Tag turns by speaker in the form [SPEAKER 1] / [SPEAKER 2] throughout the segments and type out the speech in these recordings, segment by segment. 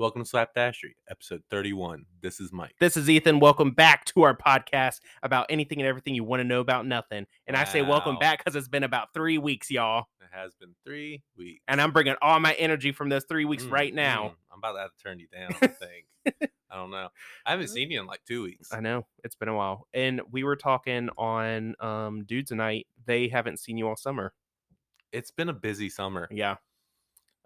[SPEAKER 1] Slapdashery, episode 31. This is Mike.
[SPEAKER 2] This is Ethan. Welcome back to our podcast about anything and everything you want to know about nothing. And I say welcome
[SPEAKER 1] Wow.
[SPEAKER 2] back because it's been about three weeks, y'all.
[SPEAKER 1] It has been three weeks.
[SPEAKER 2] And I'm bringing all my energy from those three weeks
[SPEAKER 1] Mm,
[SPEAKER 2] right now.
[SPEAKER 1] mm. I'm about to have to turn you down, I think. I don't know. I haven't seen you in like two weeks.
[SPEAKER 2] I know it's been a while. And we were talking on um Dudes Night. They haven't seen you all summer.
[SPEAKER 1] It's been a busy summer.
[SPEAKER 2] Yeah.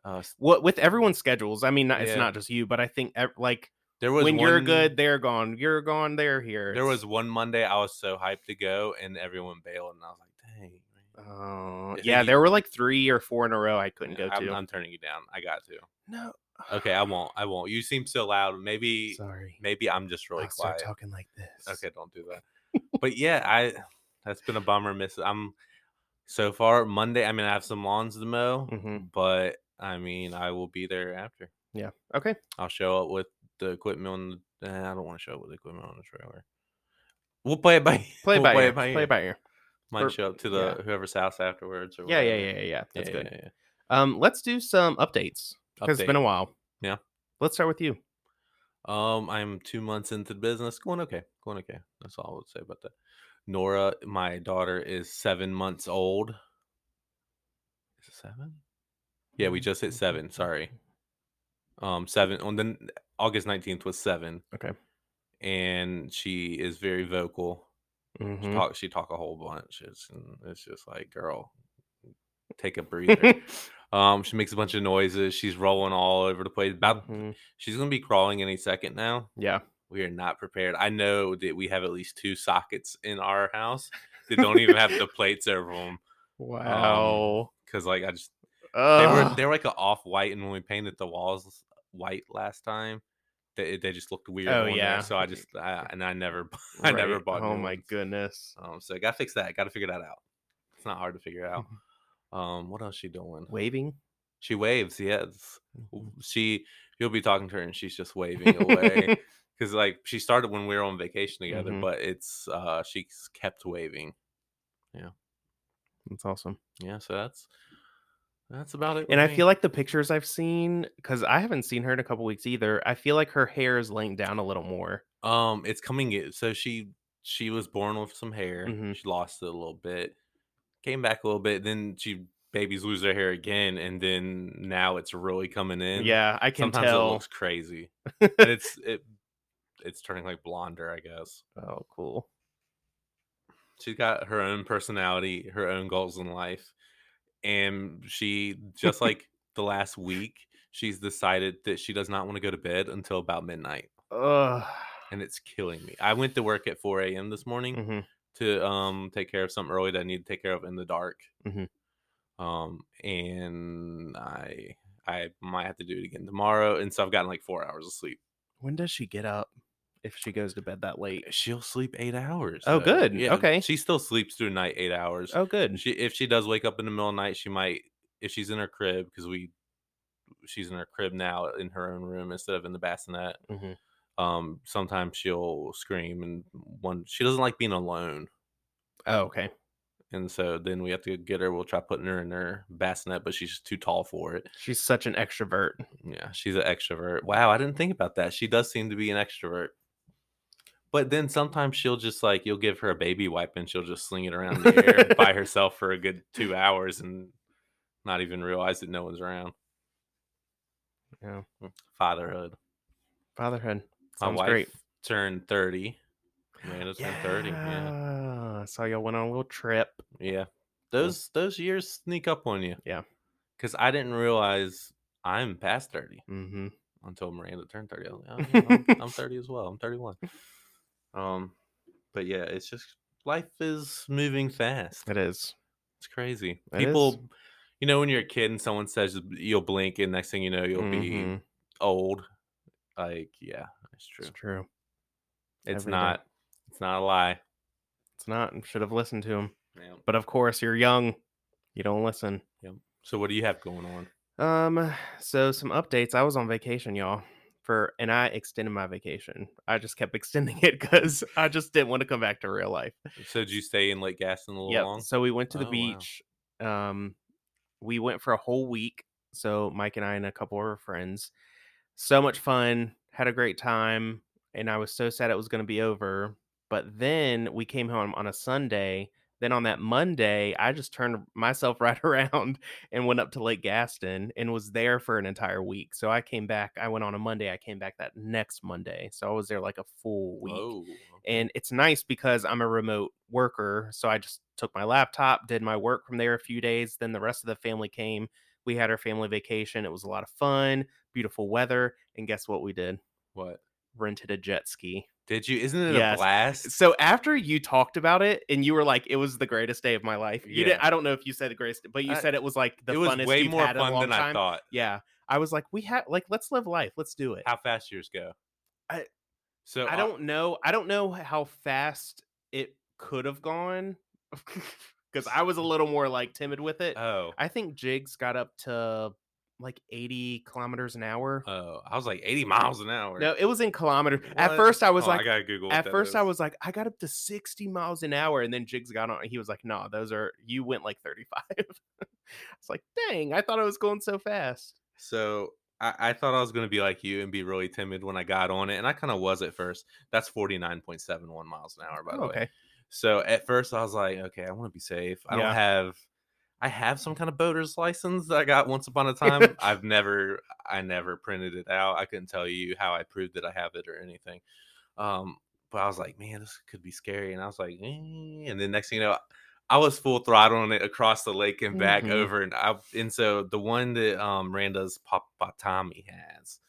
[SPEAKER 1] Uh, s-
[SPEAKER 2] Well, with everyone's schedules, I mean, not, it's
[SPEAKER 1] Yeah.
[SPEAKER 2] not just you, but I think ev- like
[SPEAKER 1] there was
[SPEAKER 2] when you're
[SPEAKER 1] one-
[SPEAKER 2] good, they're gone. You're gone, they're here.
[SPEAKER 1] There
[SPEAKER 2] It's-
[SPEAKER 1] was one Monday I was so hyped to go, and everyone bailed, and I was like, "Dang, man.
[SPEAKER 2] Oh,
[SPEAKER 1] think
[SPEAKER 2] yeah,
[SPEAKER 1] you-
[SPEAKER 2] there were like three or four in a row I couldn't
[SPEAKER 1] Yeah,
[SPEAKER 2] go
[SPEAKER 1] I'm,
[SPEAKER 2] to.
[SPEAKER 1] I'm turning you down. I got to.
[SPEAKER 2] no,
[SPEAKER 1] Okay, I won't. I won't. You seem so loud. Maybe,
[SPEAKER 2] sorry.
[SPEAKER 1] maybe I'm just really
[SPEAKER 2] I'll
[SPEAKER 1] quiet.
[SPEAKER 2] start talking like this.
[SPEAKER 1] Okay, don't do that. but yeah, I that's been a bummer. Miss. I'm so far Monday. I mean, I have some lawns to mow,
[SPEAKER 2] hmm
[SPEAKER 1] but I mean, I will be there after.
[SPEAKER 2] Yeah. Okay.
[SPEAKER 1] I'll show up with the equipment on. The, eh, I don't want to show up with the equipment on the trailer. We'll play it by
[SPEAKER 2] Play it
[SPEAKER 1] we'll
[SPEAKER 2] by ear. Play it by ear.
[SPEAKER 1] Might
[SPEAKER 2] or-
[SPEAKER 1] show up to the
[SPEAKER 2] yeah.
[SPEAKER 1] whoever's house afterwards. Or
[SPEAKER 2] Yeah, yeah,
[SPEAKER 1] whatever.
[SPEAKER 2] yeah, yeah, yeah. That's
[SPEAKER 1] Yeah,
[SPEAKER 2] good.
[SPEAKER 1] yeah, yeah.
[SPEAKER 2] Um, let's do some updates because it's been a
[SPEAKER 1] Update.
[SPEAKER 2] while.
[SPEAKER 1] Yeah.
[SPEAKER 2] Let's start with you.
[SPEAKER 1] Um, I'm two months into the business, going okay, going okay. That's all I would say about that. Nora, my daughter, is seven months old. Is it seven? Yeah, we just hit seven. Sorry. Um, seven on the n- August nineteenth was seven.
[SPEAKER 2] Okay.
[SPEAKER 1] And she is very vocal. She
[SPEAKER 2] Mhm.
[SPEAKER 1] talk. She talk a whole bunch. It's mm, it's just like, girl, take a breather. um, she makes a bunch of noises. She's rolling all over the place. About Um,
[SPEAKER 2] Mhm.
[SPEAKER 1] she's gonna be crawling any second now
[SPEAKER 2] Yeah.
[SPEAKER 1] we are not prepared. I know that we have at least two sockets in our house that don't even have the plates over them
[SPEAKER 2] Wow.
[SPEAKER 1] because, like, I just they were
[SPEAKER 2] Ugh.
[SPEAKER 1] they're like an off white, and when we painted the walls white last time, they they just looked weird.
[SPEAKER 2] Oh,
[SPEAKER 1] on there,
[SPEAKER 2] yeah.
[SPEAKER 1] so I just I, and I never bu- I never
[SPEAKER 2] Right.
[SPEAKER 1] bought.
[SPEAKER 2] Oh
[SPEAKER 1] new
[SPEAKER 2] my
[SPEAKER 1] ones.
[SPEAKER 2] goodness.
[SPEAKER 1] Um, so I gotta fix that. Gotta figure that out. It's not hard to figure out. Um, what else she doing?
[SPEAKER 2] Waving.
[SPEAKER 1] She waves. Yes,
[SPEAKER 2] Mm-hmm.
[SPEAKER 1] she. You'll be talking to her, and she's just waving away. because like she started when we were on vacation together,
[SPEAKER 2] Mhm.
[SPEAKER 1] but it's uh she's kept waving.
[SPEAKER 2] That's awesome.
[SPEAKER 1] Yeah, so that's that's about it.
[SPEAKER 2] And I feel like the pictures I've seen, because I haven't seen her in a couple weeks either. I feel like her hair is laying down a little more.
[SPEAKER 1] like um it's coming. i- So she she was born with some hair.
[SPEAKER 2] Mhm.
[SPEAKER 1] She lost it a little bit, came back a little bit. Then she babies lose their hair again, and then now it's really coming in.
[SPEAKER 2] yeah, I can
[SPEAKER 1] sometimes
[SPEAKER 2] tell.
[SPEAKER 1] it looks crazy. and it's it it's turning like blonder, I guess.
[SPEAKER 2] oh, cool.
[SPEAKER 1] she's got her own personality, her own goals in life, and she just like the last week, she's decided that she does not want to go to bed until about midnight,
[SPEAKER 2] Ugh.
[SPEAKER 1] and it's killing me. I went to work at 4 a.m. this morning
[SPEAKER 2] Mhm.
[SPEAKER 1] to um take care of something early that I need to take care of in the dark,
[SPEAKER 2] Mhm.
[SPEAKER 1] um, and I I might have to do it again tomorrow, and so I've gotten like four hours of sleep.
[SPEAKER 2] When does she get up if she goes to bed that late?
[SPEAKER 1] She'll sleep eight hours.
[SPEAKER 2] Oh,
[SPEAKER 1] though.
[SPEAKER 2] good. Okay.
[SPEAKER 1] she still sleeps through night eight hours.
[SPEAKER 2] Oh, good.
[SPEAKER 1] And she if she does wake up in the middle of the night, she might if she's in her crib because we she's in her crib now in her own room instead of in the bassinet.
[SPEAKER 2] Mhm.
[SPEAKER 1] Um, sometimes she'll scream and one she doesn't like being alone,
[SPEAKER 2] Oh, okay.
[SPEAKER 1] and so then we have to get her. We'll try putting her in her bassinet, but she's just too tall for it.
[SPEAKER 2] She's such an extrovert.
[SPEAKER 1] Yeah, she's an extrovert. Wow, I didn't think about that. She does seem to be an extrovert. But then sometimes she'll just like you'll give her a baby wipe and she'll just sling it around in the air by herself for a good two hours and not even realize that no one's around.
[SPEAKER 2] Yeah.
[SPEAKER 1] Mm, Fatherhood.
[SPEAKER 2] Fatherhood.
[SPEAKER 1] My
[SPEAKER 2] Sounds
[SPEAKER 1] wife
[SPEAKER 2] great.
[SPEAKER 1] turned thirty. Amanda turned thirty. Yeah.
[SPEAKER 2] Yeah. So y'all went on a little trip.
[SPEAKER 1] Yeah. Those those years sneak up on you.
[SPEAKER 2] Yeah.
[SPEAKER 1] Cause I didn't realize I'm past thirty.
[SPEAKER 2] Mm-hmm.
[SPEAKER 1] until Miranda turned 30. I was like, "Oh, yeah, I'm, I'm 30 as well. I'm 31. Um, but yeah, it's just life is moving fast.
[SPEAKER 2] It is.
[SPEAKER 1] It's crazy.
[SPEAKER 2] It is.
[SPEAKER 1] People, you know, when you're a kid and someone says you'll blink, and next thing you know, you'll be
[SPEAKER 2] Mhm.
[SPEAKER 1] old. Like, yeah, Mm-hmm. it's true.
[SPEAKER 2] It's true.
[SPEAKER 1] It's
[SPEAKER 2] every day.
[SPEAKER 1] not. It's not a lie.
[SPEAKER 2] It's not. Should have listened to him.
[SPEAKER 1] Yeah.
[SPEAKER 2] But of course, you're young. You don't listen.
[SPEAKER 1] So what do you have going on?
[SPEAKER 2] Um, so some updates. I was on vacation, y'all, for and I extended my vacation. I just kept extending it because I just didn't want to come back to real life.
[SPEAKER 1] So did you stay in Lake Gaston a little
[SPEAKER 2] Yeah.
[SPEAKER 1] long?
[SPEAKER 2] So we went to the
[SPEAKER 1] Oh, wow.
[SPEAKER 2] beach. Um, we went for a whole week. So Mike and I and a couple of our friends. so much fun, had a great time, and I was so sad it was going to be over. But then we came home on a Sunday. Then on that Monday, I just turned myself right around and went up to Lake Gaston and was there for an entire week. So I came back, I went on a Monday, I came back that next Monday. So I was there like a full week.
[SPEAKER 1] Whoa.
[SPEAKER 2] And it's nice because I'm a remote worker. So I just took my laptop, did my work from there a few days. Then the rest of the family came. We had our family vacation. It was a lot of fun, beautiful weather. And guess what we did?
[SPEAKER 1] What
[SPEAKER 2] Rented a jet ski.
[SPEAKER 1] did you? Isn't it a
[SPEAKER 2] Yes.
[SPEAKER 1] blast?
[SPEAKER 2] So after you talked about it and you were like, it was the greatest day of my life. You didn't,
[SPEAKER 1] Yeah.
[SPEAKER 2] I don't know if you said the greatest, but you
[SPEAKER 1] I-
[SPEAKER 2] said it was like the
[SPEAKER 1] it was
[SPEAKER 2] funnest
[SPEAKER 1] way
[SPEAKER 2] you've
[SPEAKER 1] more
[SPEAKER 2] had in a
[SPEAKER 1] fun
[SPEAKER 2] long
[SPEAKER 1] than I
[SPEAKER 2] time.
[SPEAKER 1] thought.
[SPEAKER 2] Yeah. I was like, we had like, let's live life. Let's do it.
[SPEAKER 1] How fast yours go?
[SPEAKER 2] I-
[SPEAKER 1] so
[SPEAKER 2] I
[SPEAKER 1] I'll-
[SPEAKER 2] don't know. I don't know how fast it could have gone because I was a little more like timid with it.
[SPEAKER 1] Oh,
[SPEAKER 2] I think Jigs got up to like 80 kilometers an hour.
[SPEAKER 1] oh, I was like eighty miles an hour.
[SPEAKER 2] no, it was in kilometers. At
[SPEAKER 1] What?
[SPEAKER 2] first, I was
[SPEAKER 1] Oh,
[SPEAKER 2] like,
[SPEAKER 1] I gotta Google. what
[SPEAKER 2] at
[SPEAKER 1] that
[SPEAKER 2] first I
[SPEAKER 1] is.
[SPEAKER 2] was like, I got up to 60 miles an hour, and then Jigs got on. and He was like, nah, those are you went like 35. It's like, dang, I thought I was going so fast.
[SPEAKER 1] So I, I thought I was going to be like you and be really timid when I got on it, and I kind of was at first. That's forty nine point seven one miles an hour, by the way.
[SPEAKER 2] Oh, okay.
[SPEAKER 1] So at first I was like, okay, I want to be safe. I
[SPEAKER 2] Yeah.
[SPEAKER 1] don't have, I have some kind of boater's license that I got once upon a time. I've never, I never printed it out. I couldn't tell you how I proved that I have it or anything. Um, but I was like, man, this could be scary. And I was like, eh. and then next thing you know, I was full throttle on it across the lake and back
[SPEAKER 2] Mhm.
[SPEAKER 1] over. And I, and so the one that um, Randa's Papatami has,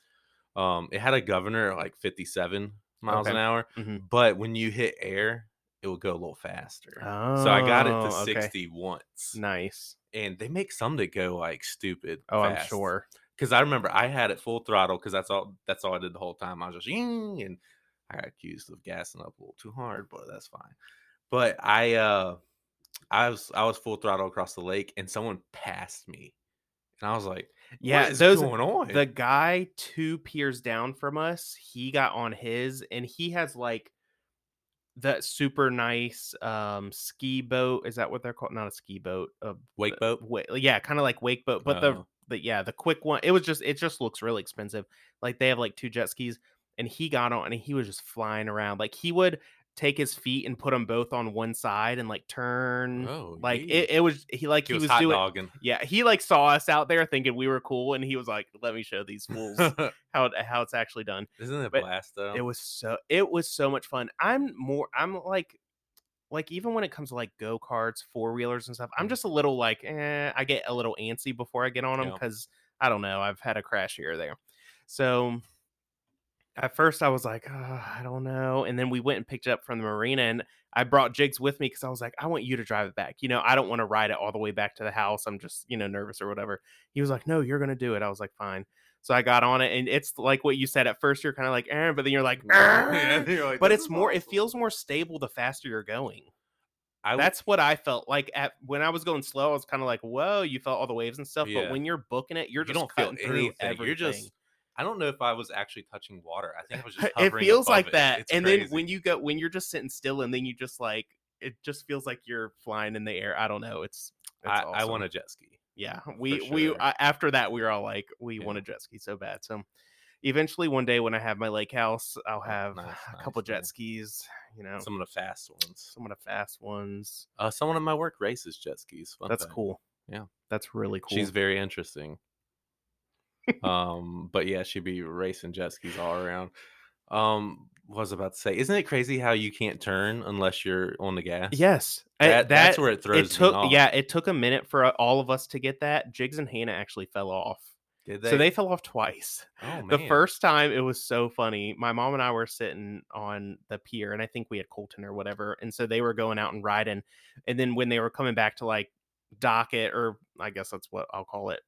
[SPEAKER 1] um, it had a governor at like 57 miles an
[SPEAKER 2] Okay.
[SPEAKER 1] hour
[SPEAKER 2] Mhm.
[SPEAKER 1] but when you hit air, it will go a little faster. so I got it to
[SPEAKER 2] Oh, okay.
[SPEAKER 1] 60 once.
[SPEAKER 2] Nice.
[SPEAKER 1] And they make some that go like stupid.
[SPEAKER 2] Oh, I'm sure.
[SPEAKER 1] Because I remember I had it full throttle because that's all that's all I did the whole time. I was just "Ying," and I got accused of gassing up a little too hard, but that's fine. But I uh I was I was full throttle across the lake and someone passed me. And I was like,
[SPEAKER 2] Yeah,
[SPEAKER 1] what is
[SPEAKER 2] those
[SPEAKER 1] going on?
[SPEAKER 2] the guy two piers down from us he got on his and he has like that super nice um ski boat is that what they're called not a ski boat a
[SPEAKER 1] Wake boat?
[SPEAKER 2] wa- yeah kind of like wake boat but the
[SPEAKER 1] Oh.
[SPEAKER 2] but yeah the quick one it was just it just looks really expensive like they have like two jet skis and he got on and he was just flying around like he would take his feet and put them both on one side and like turn
[SPEAKER 1] Oh,
[SPEAKER 2] mm, like
[SPEAKER 1] yeesh.
[SPEAKER 2] it, it was he like
[SPEAKER 1] he, was, hot
[SPEAKER 2] doing
[SPEAKER 1] dogging.
[SPEAKER 2] yeah, he like saw us out there thinking we were cool, and he was like, "Let me show these fools how it- how it's actually done."
[SPEAKER 1] Isn't it a
[SPEAKER 2] But
[SPEAKER 1] blast though?
[SPEAKER 2] It was so it was so much fun. I'm more I'm like like even when it comes to like go karts, four wheelers, and stuff, I'm
[SPEAKER 1] Mhm.
[SPEAKER 2] just a little like eh, I get a little antsy before I get on them
[SPEAKER 1] Yeah.
[SPEAKER 2] because I don't know I've had a crash here or there. So at first I was like "Ah, I don't know, and then we went and picked it up from the marina, and I brought Jigs with me because I was like, I want you to drive it back. You know, I don't want to ride it all the way back to the house. I'm just, you know, nervous or whatever. He was like, No, you're gonna do it. I was like, Fine. So I got on it, and it's like what you said at first. You're kind of like, eh, but then you're like,
[SPEAKER 1] Yeah,
[SPEAKER 2] "Arr."
[SPEAKER 1] you're like,
[SPEAKER 2] but
[SPEAKER 1] "This
[SPEAKER 2] it's
[SPEAKER 1] is
[SPEAKER 2] more. It
[SPEAKER 1] awesome."
[SPEAKER 2] feels more stable the faster you're going.
[SPEAKER 1] I w-
[SPEAKER 2] That's what I felt like at when I was going slow. I was kind of like, Whoa, you felt all the waves and stuff. But
[SPEAKER 1] Yeah.
[SPEAKER 2] when you're booking it, you're
[SPEAKER 1] you
[SPEAKER 2] just
[SPEAKER 1] don't feel
[SPEAKER 2] cutting through
[SPEAKER 1] anything.
[SPEAKER 2] everything.
[SPEAKER 1] You're just. I don't know if I was actually touching water. I think I was just.
[SPEAKER 2] it
[SPEAKER 1] Hovering
[SPEAKER 2] feels
[SPEAKER 1] above
[SPEAKER 2] like
[SPEAKER 1] it.
[SPEAKER 2] that
[SPEAKER 1] It's
[SPEAKER 2] and then
[SPEAKER 1] crazy.
[SPEAKER 2] when you go when you're just sitting still and then you just like it just feels like you're flying in the air i don't know it's, it's
[SPEAKER 1] I, I want
[SPEAKER 2] awesome.
[SPEAKER 1] a jet ski.
[SPEAKER 2] yeah we we
[SPEAKER 1] sure.
[SPEAKER 2] I, after that we were all like we want
[SPEAKER 1] Yeah.
[SPEAKER 2] a jet ski so bad so eventually one day when i have my lake house i'll have
[SPEAKER 1] Oh, nice,
[SPEAKER 2] a couple
[SPEAKER 1] nice, yeah.
[SPEAKER 2] jet skis you know some,
[SPEAKER 1] Some of the fast ones.
[SPEAKER 2] of the fast ones
[SPEAKER 1] Uh, someone at my work races jet skis. fun
[SPEAKER 2] that's
[SPEAKER 1] fact.
[SPEAKER 2] cool
[SPEAKER 1] Yeah.
[SPEAKER 2] that's really cool
[SPEAKER 1] She's very interesting. um, but yeah, she'd be racing jet skis all around. Um, what was I about to say, isn't it crazy how you can't turn unless you're on the gas?
[SPEAKER 2] yes I-
[SPEAKER 1] that, that's
[SPEAKER 2] that-
[SPEAKER 1] where it throws.
[SPEAKER 2] it
[SPEAKER 1] me
[SPEAKER 2] took
[SPEAKER 1] off.
[SPEAKER 2] yeah it took a minute for uh, all of us to get that jigs and hannah actually fell off
[SPEAKER 1] Did
[SPEAKER 2] so they fell off twice
[SPEAKER 1] Oh,
[SPEAKER 2] the
[SPEAKER 1] man.
[SPEAKER 2] first time it was so funny my mom and i were sitting on the pier and i think we had colton or whatever and so they were going out and riding and then when they were coming back to like dock it or i guess that's what i'll call it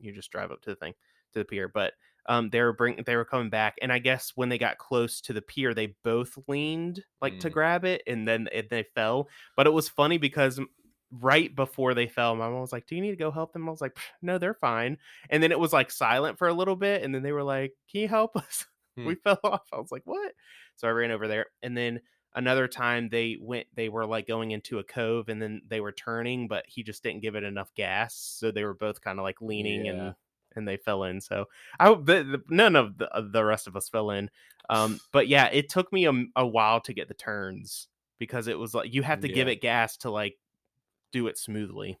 [SPEAKER 2] you just drive up to the thing to the pier but um they were bring they were coming back and i guess when they got close to the pier they both leaned like to
[SPEAKER 1] Mm.
[SPEAKER 2] grab it and then it, they fell but it was funny because m- right before they fell my mom was like do you need to go help them i was like "Psh, no they're fine and then it was like silent for a little bit and then they were like can you help us
[SPEAKER 1] Hmm.
[SPEAKER 2] we fell off i was like what so i ran over there and then another time they went they were like going into a cove and then they were turning but he just didn't give it enough gas so they were both kind of like leaning
[SPEAKER 1] Yeah.
[SPEAKER 2] and and they fell in. So I w- the, the, none of the, of the rest of us fell in. Um, but yeah, it took me a, m- a while to get the turns because it was like you have to give
[SPEAKER 1] Yeah.
[SPEAKER 2] it gas to like do it smoothly.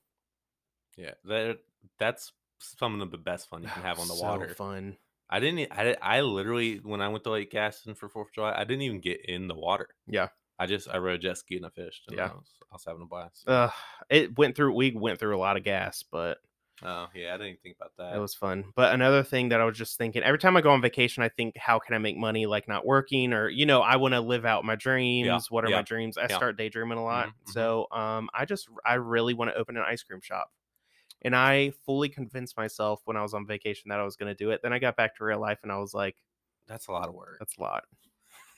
[SPEAKER 1] Yeah, that that's some of the best fun you can have on the
[SPEAKER 2] So
[SPEAKER 1] water.
[SPEAKER 2] fun.
[SPEAKER 1] I didn't. e- I di- I literally when I went to Lake Gaston for Fourth of July, I didn't even get in the water.
[SPEAKER 2] Yeah.
[SPEAKER 1] I just I rode a jet ski and I fished. And
[SPEAKER 2] Yeah.
[SPEAKER 1] I was, I was having a blast. Oh
[SPEAKER 2] Uh, it went through. We went through a lot of gas, but
[SPEAKER 1] Oh, yeah, I didn't even think about that.
[SPEAKER 2] That was fun. But another thing that I was just thinking every time I go on vacation, I think, how can I make money like not working? Or, you know, I want to live out my dreams. what are
[SPEAKER 1] yeah,
[SPEAKER 2] my dreams? I
[SPEAKER 1] yeah.
[SPEAKER 2] start daydreaming a lot.
[SPEAKER 1] Mhm, mhm.
[SPEAKER 2] So um, I just, I really want to open an ice cream shop. And I fully convinced myself when I was on vacation that I was going to do it. Then I got back to real life and I was like,
[SPEAKER 1] that's a lot of work.
[SPEAKER 2] that's a lot.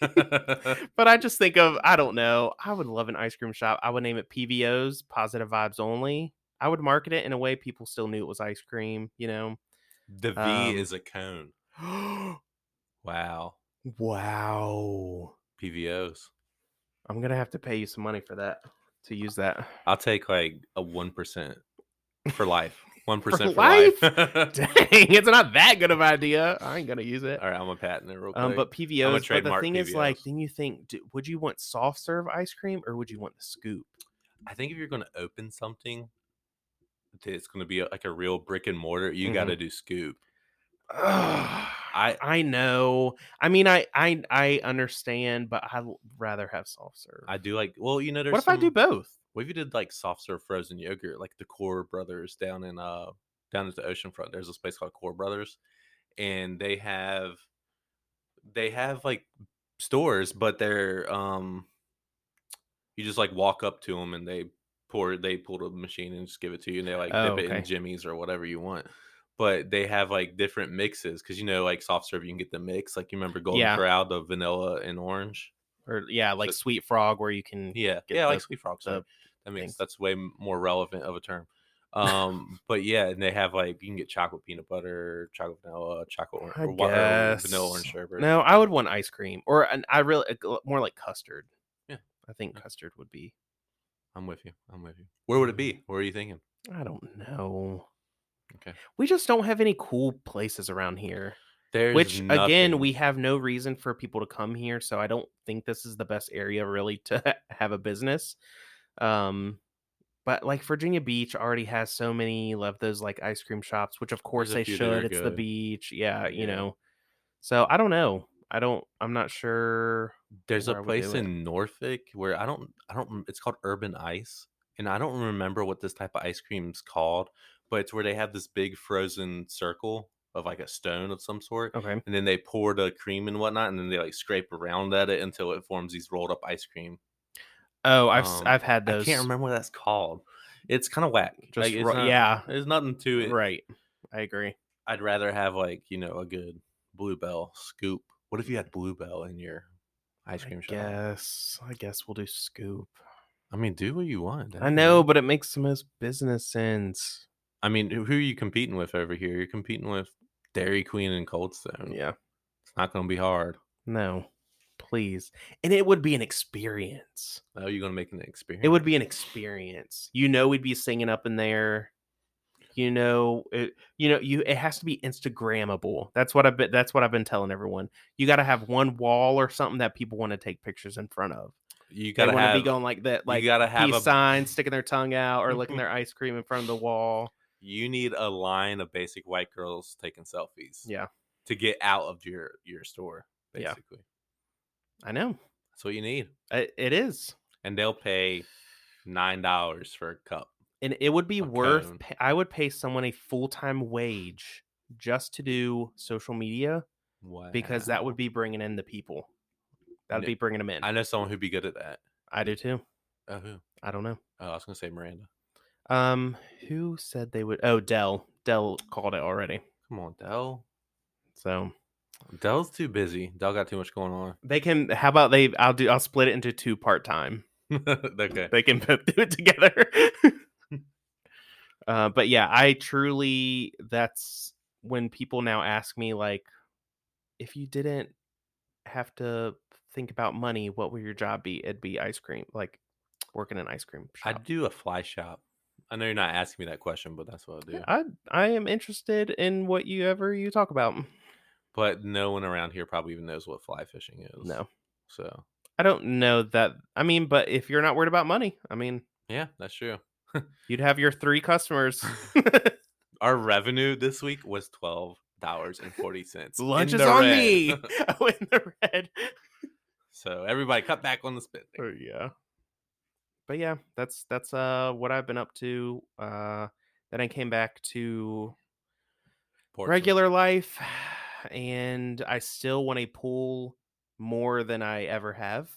[SPEAKER 1] That's
[SPEAKER 2] But I just think of, I don't know, I would love an ice cream shop. I would name it PVO's, Positive Vibes Only. I would market it in a way people still knew it was ice cream, you know?
[SPEAKER 1] the V
[SPEAKER 2] Um,
[SPEAKER 1] is a cone. Wow.
[SPEAKER 2] Wow.
[SPEAKER 1] PVOs.
[SPEAKER 2] I'm gonna have to pay you some money for that to use that.
[SPEAKER 1] I'll take like a one percent for life. One percent for,
[SPEAKER 2] life?
[SPEAKER 1] life.
[SPEAKER 2] Dang, it's not that good of an idea. I ain't gonna use it.
[SPEAKER 1] All right, I'm gonna patent it real quick.
[SPEAKER 2] Um, but PVOs. But the
[SPEAKER 1] trademark
[SPEAKER 2] thing is, like,
[SPEAKER 1] PVOs.
[SPEAKER 2] then you think, d would you want soft serve ice cream or would you want the scoop?
[SPEAKER 1] I think if you're going to open something, that it's going to be a- like a real brick and mortar. You
[SPEAKER 2] Mm-hmm.
[SPEAKER 1] got to do scoop.
[SPEAKER 2] I I know. I mean, I I I understand, but I'd rather have soft serve.
[SPEAKER 1] I do like. Well, you know, there's
[SPEAKER 2] what if I do
[SPEAKER 1] some-
[SPEAKER 2] both?
[SPEAKER 1] What if you did like soft serve frozen yogurt, like the Core Brothers down in uh down at the oceanfront? There's this place called Core Brothers, and they have they have like stores, but they're um you just like walk up to them and they pour they pull the machine and just give it to you, and they like
[SPEAKER 2] Oh,
[SPEAKER 1] dip it
[SPEAKER 2] okay.
[SPEAKER 1] in jimmies or whatever you want. But they have like different mixes because you know, like soft serve, you can get the mix. Like you remember Golden
[SPEAKER 2] Yeah.
[SPEAKER 1] Corral, the vanilla and orange.
[SPEAKER 2] Or yeah, like
[SPEAKER 1] So-
[SPEAKER 2] sweet frog, where you can.
[SPEAKER 1] Yeah,
[SPEAKER 2] get
[SPEAKER 1] yeah,
[SPEAKER 2] the-
[SPEAKER 1] like sweet frogs.
[SPEAKER 2] the
[SPEAKER 1] That makes
[SPEAKER 2] things.
[SPEAKER 1] that's way m- more relevant of a term. Um, but yeah, and they have like you can get chocolate peanut butter, chocolate vanilla, chocolate
[SPEAKER 2] I
[SPEAKER 1] or, wa- or vanilla
[SPEAKER 2] guess.
[SPEAKER 1] orange sherbet.
[SPEAKER 2] No, I would want ice cream, or an, I really uh, gl- more like custard.
[SPEAKER 1] Yeah.
[SPEAKER 2] I think
[SPEAKER 1] Yeah.
[SPEAKER 2] custard would be.
[SPEAKER 1] I'm with you. I'm with you. Where would it be? Where are you thinking?
[SPEAKER 2] I don't know.
[SPEAKER 1] Okay.
[SPEAKER 2] We just don't have any cool places around here,
[SPEAKER 1] There's
[SPEAKER 2] which again
[SPEAKER 1] nothing.
[SPEAKER 2] we have no reason for people to come here. So I don't think this is the best area really to have a business. Um, but like Virginia Beach already has so many of those like ice cream shops, which of course
[SPEAKER 1] a
[SPEAKER 2] they
[SPEAKER 1] few that are
[SPEAKER 2] should. It's the
[SPEAKER 1] good.
[SPEAKER 2] beach, yeah, you
[SPEAKER 1] Yeah.
[SPEAKER 2] know. So I don't know. I don't. I'm not sure.
[SPEAKER 1] there's
[SPEAKER 2] where I
[SPEAKER 1] a
[SPEAKER 2] would
[SPEAKER 1] place
[SPEAKER 2] do it.
[SPEAKER 1] in Norfolk where I don't I don't rem- it's called Urban Ice, and I don't remember what this type of ice cream's called, but it's where they have this big frozen circle of like a stone of some sort,
[SPEAKER 2] Okay.
[SPEAKER 1] and then they pour the cream and whatnot, and then they like scrape around at it until it forms these rolled up ice cream.
[SPEAKER 2] Oh, I've s
[SPEAKER 1] Um,
[SPEAKER 2] I've had those.
[SPEAKER 1] I can't remember what that's called. It's kind of whack.
[SPEAKER 2] Just
[SPEAKER 1] Like, it's
[SPEAKER 2] ro-
[SPEAKER 1] not-
[SPEAKER 2] yeah,
[SPEAKER 1] there's nothing to it.
[SPEAKER 2] right. I agree.
[SPEAKER 1] I'd rather have like you know a good bluebell scoop. What if you had bluebell in your ice cream
[SPEAKER 2] I
[SPEAKER 1] shop?
[SPEAKER 2] guess I guess we'll do scoop.
[SPEAKER 1] I mean, do what you want.
[SPEAKER 2] I know, but it makes the most business sense.
[SPEAKER 1] I mean, who who are you competing with over here? You're competing with Dairy Queen and Cold Stone.
[SPEAKER 2] Yeah.
[SPEAKER 1] It's not going to be hard.
[SPEAKER 2] No. Please. And it would be an experience.
[SPEAKER 1] No, you're going to make an experience.
[SPEAKER 2] It would be an experience. You know we'd be singing up in there. You know, it, you know, you it has to be Instagrammable. That's what I've been that's what I've been telling everyone. You gotta have one wall or something that people want to take pictures in front of.
[SPEAKER 1] You got
[SPEAKER 2] They
[SPEAKER 1] to
[SPEAKER 2] want to
[SPEAKER 1] have.
[SPEAKER 2] be going like that, like
[SPEAKER 1] you got to have
[SPEAKER 2] peace
[SPEAKER 1] a. Mm-hmm.
[SPEAKER 2] sign sticking their tongue out or licking their ice cream in front of the wall.
[SPEAKER 1] you need a line of basic white girls taking selfies.
[SPEAKER 2] Yeah.
[SPEAKER 1] To get out of your your store,
[SPEAKER 2] Yeah.
[SPEAKER 1] basically.
[SPEAKER 2] I know.
[SPEAKER 1] That's what you need.
[SPEAKER 2] I- It is.
[SPEAKER 1] And they'll pay nine dollars for a cup.
[SPEAKER 2] And it would be
[SPEAKER 1] A
[SPEAKER 2] worth
[SPEAKER 1] cone.
[SPEAKER 2] pa- I would pay someone a full-time wage just to do social media
[SPEAKER 1] What?
[SPEAKER 2] because that would be bringing in the people. That would
[SPEAKER 1] No,
[SPEAKER 2] be bringing them in.
[SPEAKER 1] I
[SPEAKER 2] I,
[SPEAKER 1] know someone who'd be good at that.
[SPEAKER 2] do too.
[SPEAKER 1] Oh, who?
[SPEAKER 2] I don't know.
[SPEAKER 1] Oh, I was gonna say Miranda.
[SPEAKER 2] Um who said they would Oh, Dell. Dell called it already.
[SPEAKER 1] Come on, Dell.
[SPEAKER 2] So
[SPEAKER 1] Dell's too busy. Dell got too much going on.
[SPEAKER 2] they can how about they I'll do I'll split it into two part-time.
[SPEAKER 1] okay.
[SPEAKER 2] they can both do it together. uh, but yeah, I truly that's when people now ask me like, if you didn't have to think about money, what would your job be? It'd be ice cream, like working in ice cream
[SPEAKER 1] I'd
[SPEAKER 2] shop.
[SPEAKER 1] do a fly shop. I know you're not asking me that question, but that's what I do.
[SPEAKER 2] I I am interested in what you ever you talk about. Mm,
[SPEAKER 1] But no one around here probably even knows what fly fishing is.
[SPEAKER 2] No,
[SPEAKER 1] So
[SPEAKER 2] I don't know that. I mean, but if you're not worried about money, I mean,
[SPEAKER 1] yeah, that's true.
[SPEAKER 2] you'd have your three customers.
[SPEAKER 1] Our revenue this week was twelve dollars and forty cents.
[SPEAKER 2] Lunch is on me. I win the red.
[SPEAKER 1] so everybody cut back on the spending.
[SPEAKER 2] Oh yeah. But yeah, that's that's uh what I've been up to. Uh then I came back to
[SPEAKER 1] Portsmouth.
[SPEAKER 2] regular life and I still want a pool more than I ever have.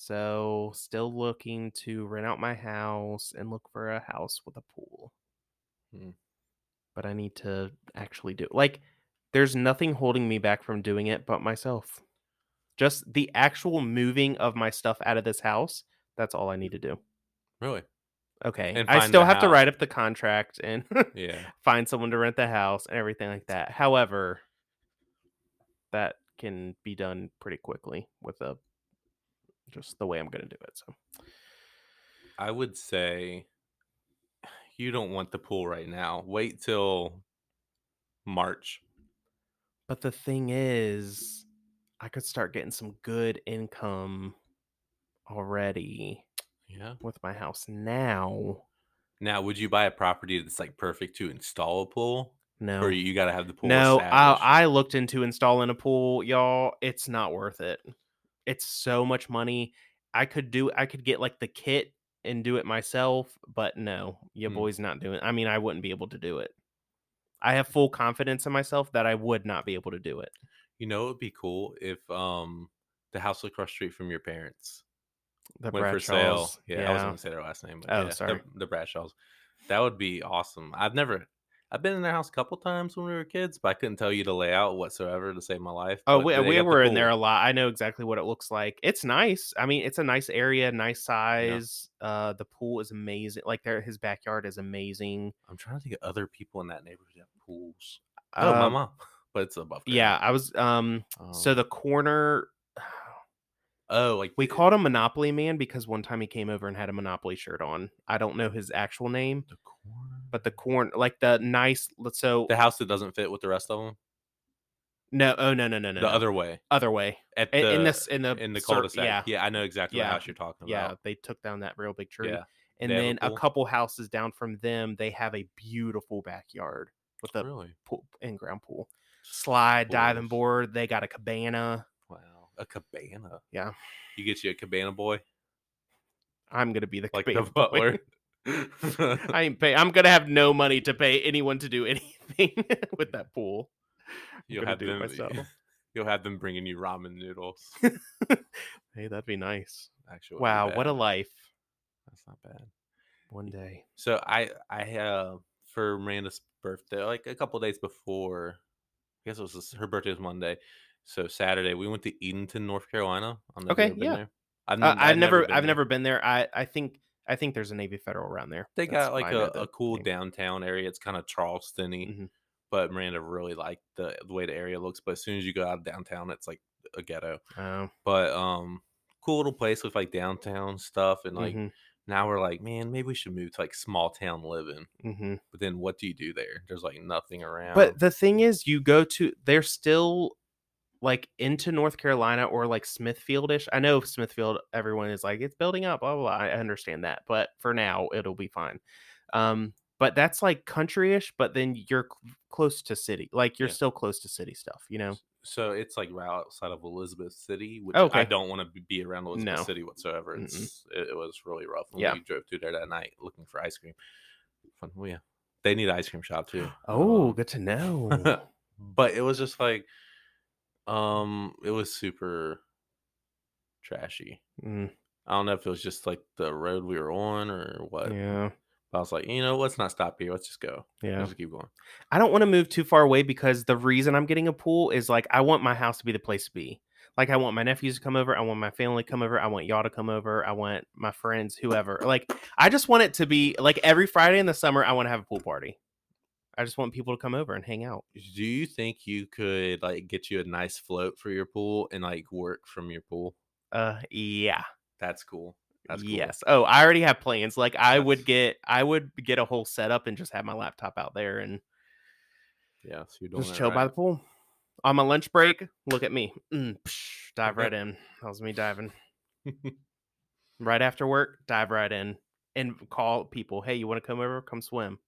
[SPEAKER 2] So still looking to rent out my house and look for a house with a pool.
[SPEAKER 1] Hmm.
[SPEAKER 2] But I need to actually do like there's nothing holding me back from doing it but myself. Just the actual moving of my stuff out of this house, that's all I need to do.
[SPEAKER 1] Really?
[SPEAKER 2] Okay.
[SPEAKER 1] And
[SPEAKER 2] I
[SPEAKER 1] find
[SPEAKER 2] still
[SPEAKER 1] the
[SPEAKER 2] have to
[SPEAKER 1] house.
[SPEAKER 2] write up the contract and
[SPEAKER 1] Yeah.
[SPEAKER 2] find someone to rent the house and everything like that. However, that can be done pretty quickly with a just the way I'm going to do it. So
[SPEAKER 1] I would say you don't want the pool right now. Wait till March.
[SPEAKER 2] But the thing is, I could start getting some good income already
[SPEAKER 1] Yeah.
[SPEAKER 2] with my house now.
[SPEAKER 1] Now, would you buy a property that's like perfect to install a pool,
[SPEAKER 2] No.
[SPEAKER 1] or you got to have the pool?
[SPEAKER 2] no,
[SPEAKER 1] established?
[SPEAKER 2] I, I looked into installing a pool, y'all. It's not worth it. It's so much money. I could do I could get like the kit and do it myself, but no, your
[SPEAKER 1] Hmm.
[SPEAKER 2] boy's not doing I mean, I wouldn't be able to do it. I have full confidence in myself that I would not be able to do it.
[SPEAKER 1] You know, it'd be cool if um the house across the street from your parents
[SPEAKER 2] The
[SPEAKER 1] went for sale.
[SPEAKER 2] Bradshaws,
[SPEAKER 1] Yeah, I was gonna say their last name. But
[SPEAKER 2] Oh,
[SPEAKER 1] yeah, the-
[SPEAKER 2] sorry.
[SPEAKER 1] The, Bradshaws. That would be awesome. I've never. I've been in their house a couple times when we were kids, but I couldn't tell you the layout whatsoever to save my life.
[SPEAKER 2] Oh,
[SPEAKER 1] but
[SPEAKER 2] we,
[SPEAKER 1] they
[SPEAKER 2] we
[SPEAKER 1] got the
[SPEAKER 2] were in there
[SPEAKER 1] pool.
[SPEAKER 2] a lot. I know exactly what it looks like. It's nice. I mean, it's a nice area, nice size. Uh, the pool is amazing. Like there, his backyard is amazing.
[SPEAKER 1] I'm trying to think of other people in that neighborhood that have pools. Oh, my
[SPEAKER 2] Um,
[SPEAKER 1] mom. But it's above. ground.
[SPEAKER 2] Yeah, I was. Um, so
[SPEAKER 1] Um,
[SPEAKER 2] the corner,
[SPEAKER 1] oh, like
[SPEAKER 2] we
[SPEAKER 1] the-
[SPEAKER 2] called him Monopoly Man because one time he came over and had a Monopoly shirt on. I don't know his actual name,
[SPEAKER 1] the corner,
[SPEAKER 2] but the corn, like the nice. So
[SPEAKER 1] the house that doesn't fit with the rest of them.
[SPEAKER 2] no, oh no, no, no, no,
[SPEAKER 1] the
[SPEAKER 2] no.
[SPEAKER 1] other way
[SPEAKER 2] other way
[SPEAKER 1] at
[SPEAKER 2] in,
[SPEAKER 1] the,
[SPEAKER 2] in this in the
[SPEAKER 1] in the
[SPEAKER 2] cir-
[SPEAKER 1] cul-de-sac.
[SPEAKER 2] Yeah,
[SPEAKER 1] Yeah, I know exactly
[SPEAKER 2] Yeah.
[SPEAKER 1] what house you're talking
[SPEAKER 2] yeah,
[SPEAKER 1] about.
[SPEAKER 2] they took down that real big tree.
[SPEAKER 1] Yeah.
[SPEAKER 2] and
[SPEAKER 1] They have a
[SPEAKER 2] then a,
[SPEAKER 1] pool?
[SPEAKER 2] couple houses down from them, they have a beautiful backyard with a
[SPEAKER 1] really?
[SPEAKER 2] pool, in-ground pool, slide, diving
[SPEAKER 1] Pools.
[SPEAKER 2] board. They got a cabana.
[SPEAKER 1] Wow, a cabana.
[SPEAKER 2] Yeah.
[SPEAKER 1] you get you a cabana boy,
[SPEAKER 2] I'm gonna be the
[SPEAKER 1] like
[SPEAKER 2] cabana
[SPEAKER 1] the
[SPEAKER 2] boy.
[SPEAKER 1] butler.
[SPEAKER 2] I ain't pay. I'm gonna have no money to pay anyone to do anything with that pool. I'm
[SPEAKER 1] you'll
[SPEAKER 2] gonna
[SPEAKER 1] have
[SPEAKER 2] do
[SPEAKER 1] them.
[SPEAKER 2] it myself.
[SPEAKER 1] You'll have them bringing you ramen noodles.
[SPEAKER 2] Hey, that'd be nice.
[SPEAKER 1] Actually,
[SPEAKER 2] wow, what a
[SPEAKER 1] lot.
[SPEAKER 2] life!
[SPEAKER 1] That's not bad.
[SPEAKER 2] One day.
[SPEAKER 1] So I I uh for Miranda's birthday, like a couple days before, I guess it was this- her birthday was Monday, so Saturday we went to Edenton, North Carolina. I don't know if you've
[SPEAKER 2] Okay,
[SPEAKER 1] ever been
[SPEAKER 2] yeah.
[SPEAKER 1] there. mm, I've,
[SPEAKER 2] Uh,
[SPEAKER 1] n-
[SPEAKER 2] I've never,
[SPEAKER 1] been
[SPEAKER 2] I've
[SPEAKER 1] there.
[SPEAKER 2] never been there. I, I think, I think there's a Navy Federal around there.
[SPEAKER 1] They
[SPEAKER 2] That's
[SPEAKER 1] got like
[SPEAKER 2] fine, I
[SPEAKER 1] a,
[SPEAKER 2] know
[SPEAKER 1] a cool
[SPEAKER 2] thing.
[SPEAKER 1] downtown area. It's kind of Charleston-y,
[SPEAKER 2] Mhm.
[SPEAKER 1] but Miranda really liked the, the way the area looks. But as soon as you go out of downtown, it's like a ghetto.
[SPEAKER 2] Oh,
[SPEAKER 1] But um, cool little place with like downtown stuff, and like
[SPEAKER 2] mhm,
[SPEAKER 1] now we're like, man, maybe we should move to like small town living.
[SPEAKER 2] mhm.
[SPEAKER 1] But then what do you do there? There's like nothing around.
[SPEAKER 2] But the thing is, you go to they're still like into North Carolina or like Smithfieldish. I know Smithfield, everyone is like it's building up, blah blah. blah. I understand that, but for now, it'll be fine. Um, but that's like countryish, but then you're c- close to city, like you're
[SPEAKER 1] Yeah.
[SPEAKER 2] still close to city stuff, you know.
[SPEAKER 1] so it's like right outside of Elizabeth City, which
[SPEAKER 2] Okay.
[SPEAKER 1] I don't want to be around Elizabeth
[SPEAKER 2] No.
[SPEAKER 1] City whatsoever.
[SPEAKER 2] Mm-mm.
[SPEAKER 1] It's it, it was really rough when
[SPEAKER 2] Yeah.
[SPEAKER 1] we drove through there that night looking for ice cream. Fun, well, yeah, they need an ice cream shop too.
[SPEAKER 2] Oh,
[SPEAKER 1] Um,
[SPEAKER 2] good to know.
[SPEAKER 1] but it was just like, um, it was super trashy.
[SPEAKER 2] Mm,
[SPEAKER 1] I don't know if it was just like the road we were on or what.
[SPEAKER 2] yeah,
[SPEAKER 1] But I was like, you know, let's not stop here. Let's just go.
[SPEAKER 2] yeah.
[SPEAKER 1] Let's just keep going.
[SPEAKER 2] I don't want to move too far away because the reason I'm getting a pool is like I want my house to be the place to be. Like I want my nephews to come over, I want my family to come over, I want y'all to come over, I want my friends, whoever. Like I just want it to be like every Friday in the summer I want to have a pool party. I just want people to come over and hang out.
[SPEAKER 1] Do you think you could like get you a nice float for your pool and like work from your pool?
[SPEAKER 2] Uh yeah.
[SPEAKER 1] That's cool. That's cool.
[SPEAKER 2] yes. Oh, I already have plans. Like I would get, I would get a whole setup and just have my laptop out there and
[SPEAKER 1] Yeah. So you're doing
[SPEAKER 2] just
[SPEAKER 1] that
[SPEAKER 2] chill by
[SPEAKER 1] right.
[SPEAKER 2] the pool. On my lunch break, look at me, Mm, psh, dive
[SPEAKER 1] Okay.
[SPEAKER 2] right in. That was me diving. Right after work, dive right in and call people. Hey, you want to come over? Come swim.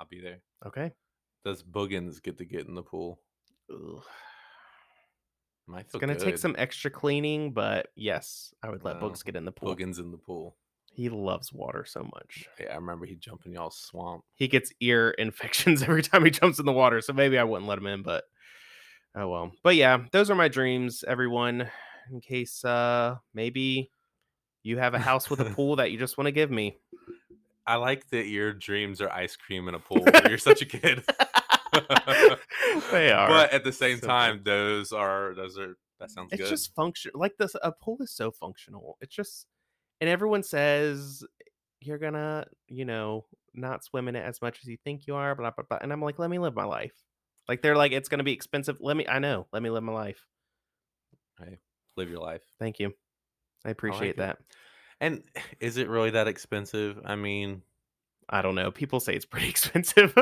[SPEAKER 1] I'll be there.
[SPEAKER 2] Okay.
[SPEAKER 1] Does Boogans get to get in the pool?
[SPEAKER 2] Ugh.
[SPEAKER 1] Might
[SPEAKER 2] It's
[SPEAKER 1] feel
[SPEAKER 2] gonna take
[SPEAKER 1] Oh, good.
[SPEAKER 2] some extra cleaning, but yes, I would let
[SPEAKER 1] No,
[SPEAKER 2] Books get in the pool.
[SPEAKER 1] Boogans in the pool.
[SPEAKER 2] He loves water so much.
[SPEAKER 1] Yeah, I remember he jumped in y'all's swamp.
[SPEAKER 2] He gets ear infections every time he jumps in the water, so maybe I wouldn't let him in, but oh well. But yeah, those are my dreams, everyone. In case uh maybe you have a house with a pool that you just want to give me.
[SPEAKER 1] I like that your dreams are ice cream in a pool. You're such a kid.
[SPEAKER 2] they are.
[SPEAKER 1] But at the same
[SPEAKER 2] so good.
[SPEAKER 1] time, those are those are that sounds
[SPEAKER 2] it's
[SPEAKER 1] good.
[SPEAKER 2] just function like this a pool is so functional it's just and everyone says you're gonna you know not swim in it as much as you think you are blah blah blah and i'm like let me live my life like they're like it's gonna be expensive let me i know let me live my life
[SPEAKER 1] Live your life.
[SPEAKER 2] thank you i appreciate
[SPEAKER 1] it.
[SPEAKER 2] that
[SPEAKER 1] And is it really that expensive? I mean,
[SPEAKER 2] i don't know people say it's pretty expensive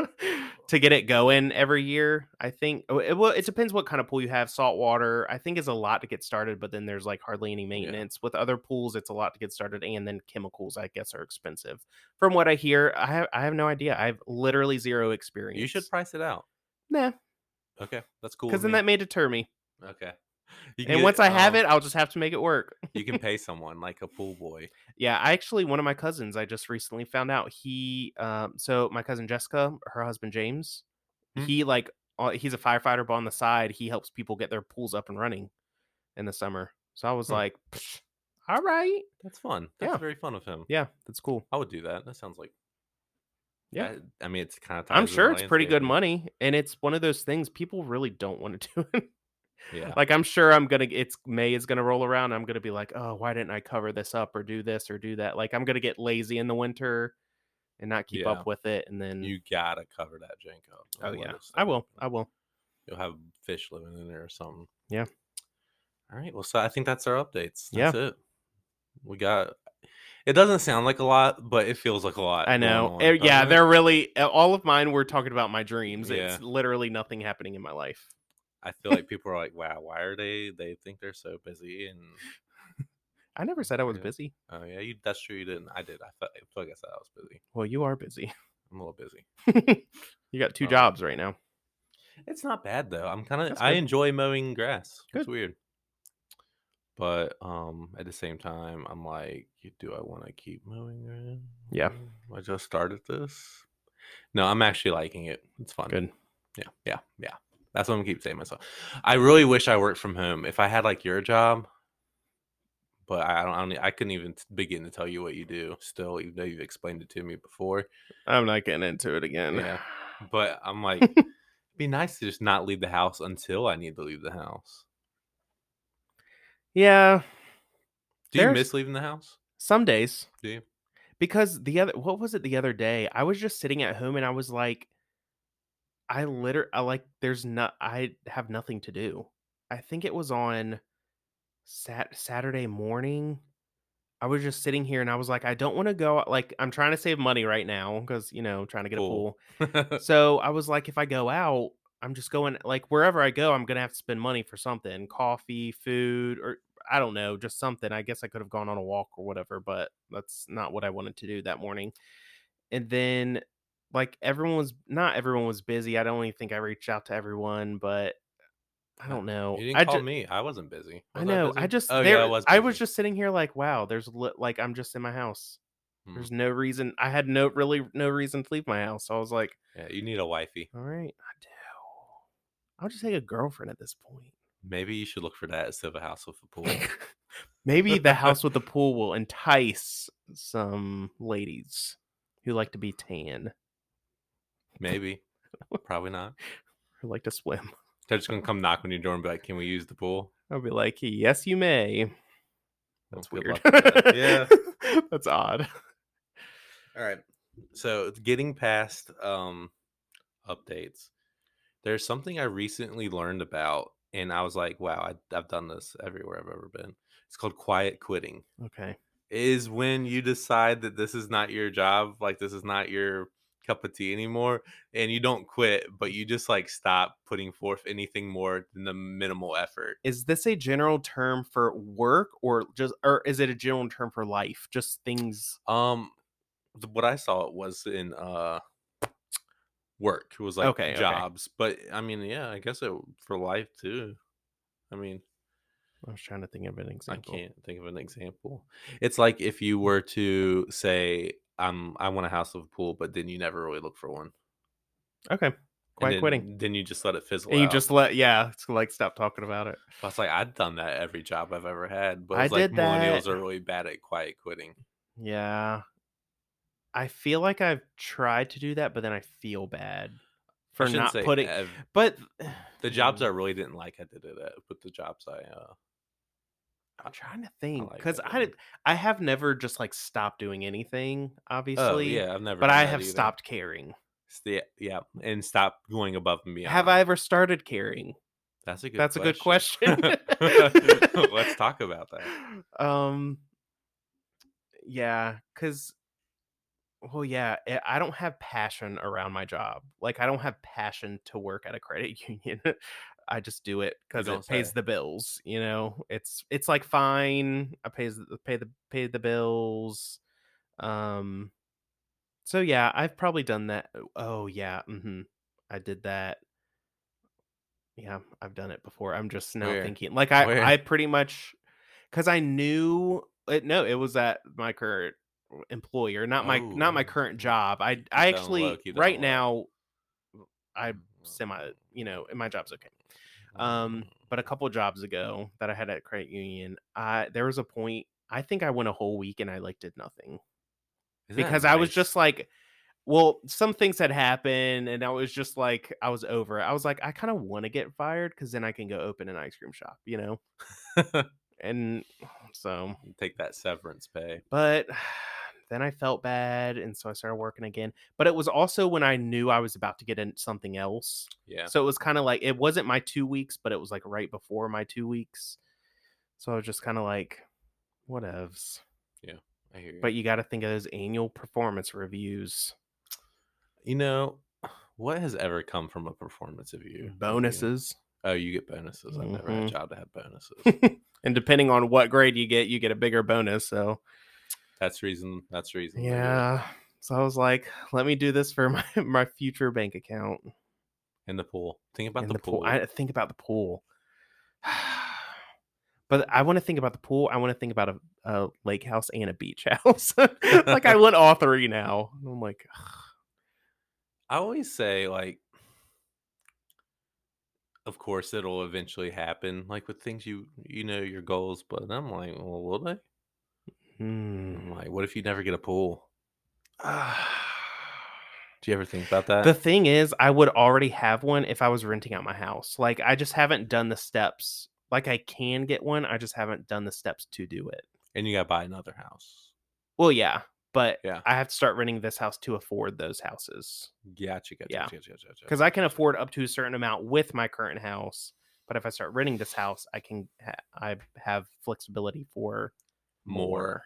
[SPEAKER 2] to get it going every year i think oh, it, well it depends what kind of pool you have salt water i think is a lot to get started but then there's like hardly any maintenance with other pools it's a lot to get started and then chemicals i guess are expensive from what i hear i have i have no idea i have literally zero experience
[SPEAKER 1] you should price it out.
[SPEAKER 2] nah
[SPEAKER 1] Okay, that's cool. with
[SPEAKER 2] because then
[SPEAKER 1] me.
[SPEAKER 2] that may deter me
[SPEAKER 1] okay. You can
[SPEAKER 2] and
[SPEAKER 1] get,
[SPEAKER 2] once i have
[SPEAKER 1] um,
[SPEAKER 2] it i'll just have to make it work
[SPEAKER 1] you can pay someone like a pool boy.
[SPEAKER 2] Yeah, I actually one of my cousins I just recently found out he um so my cousin Jessica, her husband James,
[SPEAKER 1] Hmm.
[SPEAKER 2] he like uh, he's a firefighter but on the side he helps people get their pools up and running in the summer. So I was
[SPEAKER 1] Hmm.
[SPEAKER 2] like, "Psh, "All right.
[SPEAKER 1] That's fun. That's
[SPEAKER 2] Yeah.
[SPEAKER 1] very fun of him.
[SPEAKER 2] Yeah, that's cool."
[SPEAKER 1] I would do that. That sounds like
[SPEAKER 2] Yeah.
[SPEAKER 1] that- I mean, it's kind of.
[SPEAKER 2] I'm sure it's pretty good money and it's one of those things people really don't want to do. it.
[SPEAKER 1] Yeah.
[SPEAKER 2] like I'm sure I'm going to it's May is going to roll around I'm going to be like, "Oh, why didn't I cover this up or do this or do that?" Like I'm going to get lazy in the winter and not keep
[SPEAKER 1] Yeah.
[SPEAKER 2] up with it and then
[SPEAKER 1] You gotta cover that jank up.
[SPEAKER 2] mm Oh
[SPEAKER 1] Don't let
[SPEAKER 2] yeah,
[SPEAKER 1] it
[SPEAKER 2] I
[SPEAKER 1] stand.
[SPEAKER 2] will. I will.
[SPEAKER 1] You'll have fish living in there or something.
[SPEAKER 2] Yeah.
[SPEAKER 1] All right. Well, so I think that's our updates.
[SPEAKER 2] Yeah.
[SPEAKER 1] That's it. We got. It doesn't sound like a lot, but it feels like a lot.
[SPEAKER 2] I
[SPEAKER 1] going
[SPEAKER 2] know.
[SPEAKER 1] on,
[SPEAKER 2] Eh, yeah,
[SPEAKER 1] doesn't it?
[SPEAKER 2] they're really uh, all of mine were talking about my dreams.
[SPEAKER 1] Yeah.
[SPEAKER 2] It's literally nothing happening in my life.
[SPEAKER 1] I feel like people are like, "Wow, why are they? They think they're so busy." And
[SPEAKER 2] I never said I was
[SPEAKER 1] Yeah.
[SPEAKER 2] busy.
[SPEAKER 1] oh yeah, you, that's true. You didn't. I did. I felt, I feel like I said I was busy.
[SPEAKER 2] Well, you are busy.
[SPEAKER 1] I'm a little busy.
[SPEAKER 2] you got two
[SPEAKER 1] Oh.
[SPEAKER 2] jobs right now.
[SPEAKER 1] It's not bad though. I'm kind of.
[SPEAKER 2] That's
[SPEAKER 1] I
[SPEAKER 2] good.
[SPEAKER 1] enjoy mowing grass. It's
[SPEAKER 2] Good.
[SPEAKER 1] weird. But um, at the same time, I'm like, do I want to keep mowing grass?
[SPEAKER 2] Yeah.
[SPEAKER 1] I just started this. No, I'm actually liking it. It's fun.
[SPEAKER 2] Good.
[SPEAKER 1] Yeah, yeah, yeah. That's what I'm keep saying to myself. I really wish I worked from home. If I had like your job, but I I don't. I, don't, I couldn't even t- begin to tell you what you do. Still, even though you've explained it to me before,
[SPEAKER 2] I'm not getting into it again.
[SPEAKER 1] Yeah. but I'm like, it'd be nice to just not leave the house until I need to leave the house.
[SPEAKER 2] Yeah.
[SPEAKER 1] Do you
[SPEAKER 2] There's-
[SPEAKER 1] miss leaving the house?
[SPEAKER 2] Some days.
[SPEAKER 1] Do you?
[SPEAKER 2] Because the other what was it the other day? I was just sitting at home and I was like I literally I like there's not I have nothing to do. I think it was on sat Saturday morning. I was just sitting here and I was like I don't want to go out- like I'm trying to save money right now cuz you know, trying to get
[SPEAKER 1] Cool.
[SPEAKER 2] a pool. So I was like if I go out, I'm just going like wherever I go, I'm going to have to spend money for something, coffee, food or I don't know, just something. I guess I could have gone on a walk or whatever, but that's not what I wanted to do that morning. And then like everyone was not everyone was busy. I don't even think I reached out to everyone, but I don't know.
[SPEAKER 1] you didn't
[SPEAKER 2] I
[SPEAKER 1] call
[SPEAKER 2] ju-
[SPEAKER 1] me. I wasn't busy.
[SPEAKER 2] I
[SPEAKER 1] Was
[SPEAKER 2] know.
[SPEAKER 1] busy?
[SPEAKER 2] I just
[SPEAKER 1] Oh
[SPEAKER 2] there,
[SPEAKER 1] yeah, I was.
[SPEAKER 2] I was
[SPEAKER 1] busy.
[SPEAKER 2] just sitting here like, wow, there's li- like I'm just in my house.
[SPEAKER 1] Hmm.
[SPEAKER 2] There's no reason. I had no really no reason to leave my house. So I was like,
[SPEAKER 1] Yeah, you need a wifey.
[SPEAKER 2] all right, I do. I'll just take a girlfriend at this point.
[SPEAKER 1] Maybe you should look for that instead of a house with a pool.
[SPEAKER 2] Maybe the house with the pool will entice some ladies who like to be tan,
[SPEAKER 1] Maybe. Probably not.
[SPEAKER 2] who like to swim.
[SPEAKER 1] They're just gonna come knock on your door and be like, "Can we use the pool?"
[SPEAKER 2] I'll be like, yes, you may.
[SPEAKER 1] Well,
[SPEAKER 2] That's
[SPEAKER 1] good
[SPEAKER 2] weird.
[SPEAKER 1] luck with that. yeah.
[SPEAKER 2] That's odd.
[SPEAKER 1] All right. So it's getting past um updates. There's something I recently learned about, and I was like, "Wow, I, I've done this everywhere I've ever been." It's called quiet quitting.
[SPEAKER 2] Okay.
[SPEAKER 1] is when you decide that this is not your job, like this is not your cup of tea anymore, and you don't quit, but you just like stop putting forth anything more than the minimal effort.
[SPEAKER 2] Is this a general term for work or just or is it a general term for life? Just things
[SPEAKER 1] Um, th- what I saw it was in uh work. It was like
[SPEAKER 2] Okay, okay.
[SPEAKER 1] jobs, but I mean, yeah, I guess it for life too. I mean,
[SPEAKER 2] I was trying to think of an example.
[SPEAKER 1] I can't think of an example. It's like if you were to say, "I'm I want a house with a pool," but then you never really look for one.
[SPEAKER 2] Okay.
[SPEAKER 1] And
[SPEAKER 2] Quite
[SPEAKER 1] then-
[SPEAKER 2] quitting.
[SPEAKER 1] Then you just let it fizzle.
[SPEAKER 2] And you
[SPEAKER 1] out.
[SPEAKER 2] just let yeah, it's like stop talking about it.
[SPEAKER 1] I was like, I've done that every job I've ever had, but
[SPEAKER 2] I
[SPEAKER 1] it's like
[SPEAKER 2] did that.
[SPEAKER 1] millennials are really bad at quiet quitting.
[SPEAKER 2] Yeah. I feel like I've tried to do that, but then I feel bad
[SPEAKER 1] I
[SPEAKER 2] for
[SPEAKER 1] shouldn't
[SPEAKER 2] not
[SPEAKER 1] say
[SPEAKER 2] putting
[SPEAKER 1] ev-
[SPEAKER 2] but
[SPEAKER 1] the jobs
[SPEAKER 2] Mm.
[SPEAKER 1] I really didn't like. I did it at, but the jobs I uh,
[SPEAKER 2] I'm trying to think
[SPEAKER 1] like
[SPEAKER 2] because
[SPEAKER 1] that
[SPEAKER 2] I,
[SPEAKER 1] idea.
[SPEAKER 2] did- I have never just like stopped doing anything,
[SPEAKER 1] oh
[SPEAKER 2] obviously.
[SPEAKER 1] yeah, I've never.
[SPEAKER 2] but
[SPEAKER 1] done
[SPEAKER 2] I
[SPEAKER 1] that
[SPEAKER 2] have
[SPEAKER 1] either.
[SPEAKER 2] stopped caring.
[SPEAKER 1] Stay, yeah, and stop going above and beyond.
[SPEAKER 2] Have I ever started caring?
[SPEAKER 1] That's a good.
[SPEAKER 2] That's a good question.
[SPEAKER 1] Let's talk about that.
[SPEAKER 2] Um, yeah, because well, yeah, I- I don't have passion around my job. Like I don't have passion to work at a credit union. I just do it because
[SPEAKER 1] don't
[SPEAKER 2] it pays
[SPEAKER 1] say.
[SPEAKER 2] the bills. You know, it's it's like fine. I pays the- pay the pay the bills. Um, so yeah, I've probably done that. Oh yeah, hmm I did that. Yeah, I've done it before. I'm just now
[SPEAKER 1] Where?
[SPEAKER 2] thinking like I
[SPEAKER 1] Where?
[SPEAKER 2] I pretty much because I knew it, no, it was at my current employer, not my not my
[SPEAKER 1] Oh.
[SPEAKER 2] current job. I
[SPEAKER 1] down
[SPEAKER 2] I
[SPEAKER 1] low,
[SPEAKER 2] actually
[SPEAKER 1] keep it down low.
[SPEAKER 2] right
[SPEAKER 1] Oh.
[SPEAKER 2] now I semi you know my job's okay. Um,
[SPEAKER 1] Oh,
[SPEAKER 2] but a couple jobs ago that I had at credit union, I there was a point I think I went a whole week and I like did nothing
[SPEAKER 1] Isn't that
[SPEAKER 2] because I was
[SPEAKER 1] nice?
[SPEAKER 2] just like, well, some things had happened, and I was just like, I was over it. I was like, I kind of want to get fired because then I can go open an ice cream shop, you know. and so,
[SPEAKER 1] take that severance pay.
[SPEAKER 2] but then I felt bad, and so I started working again. But it was also when I knew I was about to get in something else,
[SPEAKER 1] Yeah.
[SPEAKER 2] so it was kind of like it wasn't my two weeks, but it was like right before my two weeks. So I was just kind of like, whatevs.
[SPEAKER 1] I hear you.
[SPEAKER 2] But you got to think of those annual performance reviews.
[SPEAKER 1] you know, what has ever come from a performance of you?
[SPEAKER 2] bonuses.
[SPEAKER 1] Oh, you get bonuses. I've never had a
[SPEAKER 2] Mhm.
[SPEAKER 1] job to have bonuses.
[SPEAKER 2] and depending on what grade you get, you get a bigger bonus. So
[SPEAKER 1] that's reason. That's reason. they do it.
[SPEAKER 2] yeah. So I was like, let me do this for my, my future bank account.
[SPEAKER 1] In the pool. Think about
[SPEAKER 2] And
[SPEAKER 1] the, pool.
[SPEAKER 2] I think about the pool. but I want to think about the pool. I want to think about a, a lake house and a beach house. like I want all three now. And I'm like,
[SPEAKER 1] I always say like of course it'll eventually happen like with things you you know your goals but i'm like well will they
[SPEAKER 2] hmm.
[SPEAKER 1] i'm like what if you never get a pool
[SPEAKER 2] Ah.
[SPEAKER 1] do you ever think about that
[SPEAKER 2] The thing is, I would already have one if I was renting out my house. Like, I just haven't done the steps. Like, I can get one. I just haven't done the steps to do it.
[SPEAKER 1] and you gotta buy another house
[SPEAKER 2] Well, yeah, but
[SPEAKER 1] Yeah.
[SPEAKER 2] I have to start renting this house to afford those houses
[SPEAKER 1] gotcha gotcha
[SPEAKER 2] Yeah.
[SPEAKER 1] gotcha, gotcha, gotcha, gotcha.
[SPEAKER 2] because I can afford up to a certain amount with my current house. But if I start renting this house, I can ha- I have flexibility for
[SPEAKER 1] more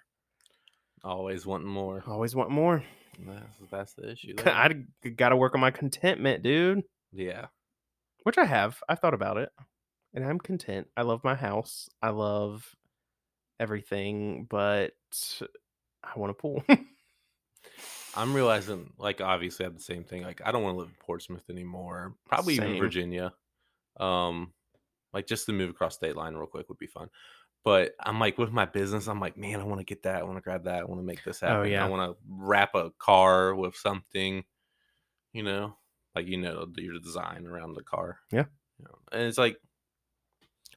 [SPEAKER 1] always wanting more
[SPEAKER 2] I Always want more.
[SPEAKER 1] that's, that's the issue there.
[SPEAKER 2] I got to work on my contentment, dude.
[SPEAKER 1] yeah
[SPEAKER 2] which I have. I've thought about it, and I'm content. I love my house. I love everything, but I want a pool.
[SPEAKER 1] i'm realizing like obviously i have the same thing like i don't want to live in portsmouth anymore probably even
[SPEAKER 2] Same.
[SPEAKER 1] virginia um like just to move across state line real quick would be fun but i'm like with my business i'm like man i want to get that i want to grab that i want to make this happen
[SPEAKER 2] Oh, yeah.
[SPEAKER 1] i want to wrap a car with something you know like you know your design around the car
[SPEAKER 2] Yeah.
[SPEAKER 1] You know, and it's like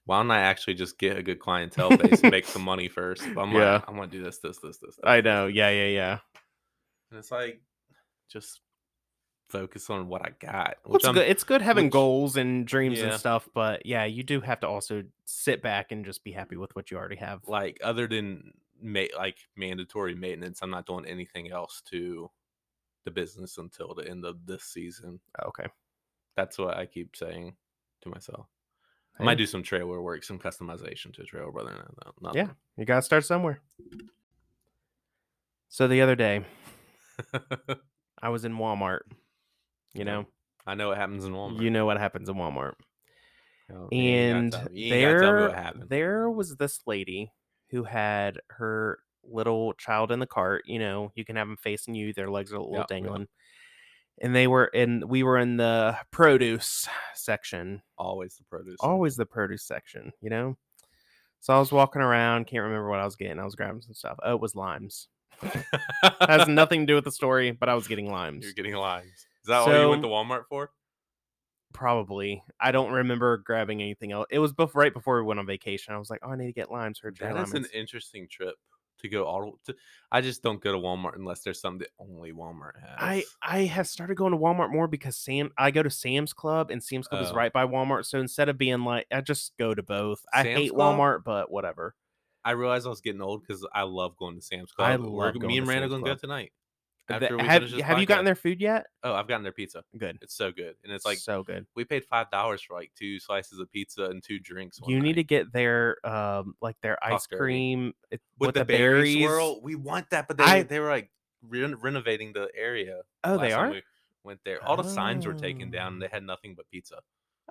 [SPEAKER 1] why don't i actually just get a good clientele base and make some money first But i'm
[SPEAKER 2] Yeah.
[SPEAKER 1] like i'm gonna do this this this this, this
[SPEAKER 2] I
[SPEAKER 1] this,
[SPEAKER 2] know. Yeah, yeah, yeah.
[SPEAKER 1] and it's like, just focus on what I got.
[SPEAKER 2] Well,
[SPEAKER 1] Which
[SPEAKER 2] it's
[SPEAKER 1] I'm,
[SPEAKER 2] good. It's good having
[SPEAKER 1] which-
[SPEAKER 2] goals and dreams and
[SPEAKER 1] Yeah.
[SPEAKER 2] stuff, but yeah, you do have to also sit back and just be happy with what you already have.
[SPEAKER 1] like, other than ma- like mandatory maintenance, I'm not doing anything else to the business until the end of this season.
[SPEAKER 2] Oh, Okay.
[SPEAKER 1] That's what I keep saying to myself. I might
[SPEAKER 2] Hey,
[SPEAKER 1] do some trailer work, some customization to a trailer, brother. No, no, not
[SPEAKER 2] Yeah. You gotta start somewhere. So the other day, I was in Walmart. You know,
[SPEAKER 1] I know it happens in Walmart.
[SPEAKER 2] you know what happens in Walmart.
[SPEAKER 1] Oh, man, you gotta
[SPEAKER 2] and
[SPEAKER 1] tell me- you ain't gotta tell me what
[SPEAKER 2] there
[SPEAKER 1] happened.
[SPEAKER 2] there was this lady who had her little child in the cart you know you can have them facing you their legs are a little
[SPEAKER 1] Yeah, yeah.
[SPEAKER 2] dangling and they were in we were in the produce section
[SPEAKER 1] always the produce. section.
[SPEAKER 2] always the produce section you know so i was walking around can't remember what i was getting i was grabbing some stuff oh it was limes has nothing to do with the story but i was getting limes
[SPEAKER 1] You're getting limes. Is that all you went
[SPEAKER 2] So-
[SPEAKER 1] to Walmart for?
[SPEAKER 2] probably. I don't remember grabbing anything else. It was bef- right before we went on vacation. I was like, oh, I need to get limes for dry
[SPEAKER 1] That is an
[SPEAKER 2] lemons.
[SPEAKER 1] interesting trip to go all. To, I just don't go to Walmart unless there's something that only Walmart has.
[SPEAKER 2] I I have started going to Walmart more because Sam I go to Sam's Club and Sam's Club is
[SPEAKER 1] Oh.
[SPEAKER 2] right by Walmart. So instead of being like, I just go to both. I
[SPEAKER 1] Sam's
[SPEAKER 2] hate
[SPEAKER 1] Club?
[SPEAKER 2] Walmart, but whatever.
[SPEAKER 1] I realized I was getting old because I love going to Sam's Club.
[SPEAKER 2] I
[SPEAKER 1] We're
[SPEAKER 2] love
[SPEAKER 1] g-
[SPEAKER 2] going
[SPEAKER 1] me
[SPEAKER 2] to
[SPEAKER 1] and Miranda
[SPEAKER 2] Sam's
[SPEAKER 1] gonna go
[SPEAKER 2] Club.
[SPEAKER 1] tonight.
[SPEAKER 2] The-
[SPEAKER 1] After we
[SPEAKER 2] have
[SPEAKER 1] finish this
[SPEAKER 2] have you gotten
[SPEAKER 1] podcast.
[SPEAKER 2] their food yet?
[SPEAKER 1] Oh, I've gotten their pizza.
[SPEAKER 2] Good.
[SPEAKER 1] It's so good, and it's
[SPEAKER 2] It's like
[SPEAKER 1] like
[SPEAKER 2] so good.
[SPEAKER 1] we paid five dollars for like two slices of pizza and two drinks. one
[SPEAKER 2] You need to
[SPEAKER 1] night.
[SPEAKER 2] get their um like their ice
[SPEAKER 1] Prosperity.
[SPEAKER 2] cream it-
[SPEAKER 1] with, the, berry
[SPEAKER 2] berries.
[SPEAKER 1] swirl. We want that, but they
[SPEAKER 2] I-
[SPEAKER 1] they were like re- renovating the area.
[SPEAKER 2] Oh,
[SPEAKER 1] last
[SPEAKER 2] they
[SPEAKER 1] time
[SPEAKER 2] are.
[SPEAKER 1] We went there. All the signs were taken down.
[SPEAKER 2] Oh.
[SPEAKER 1] and They had nothing but pizza.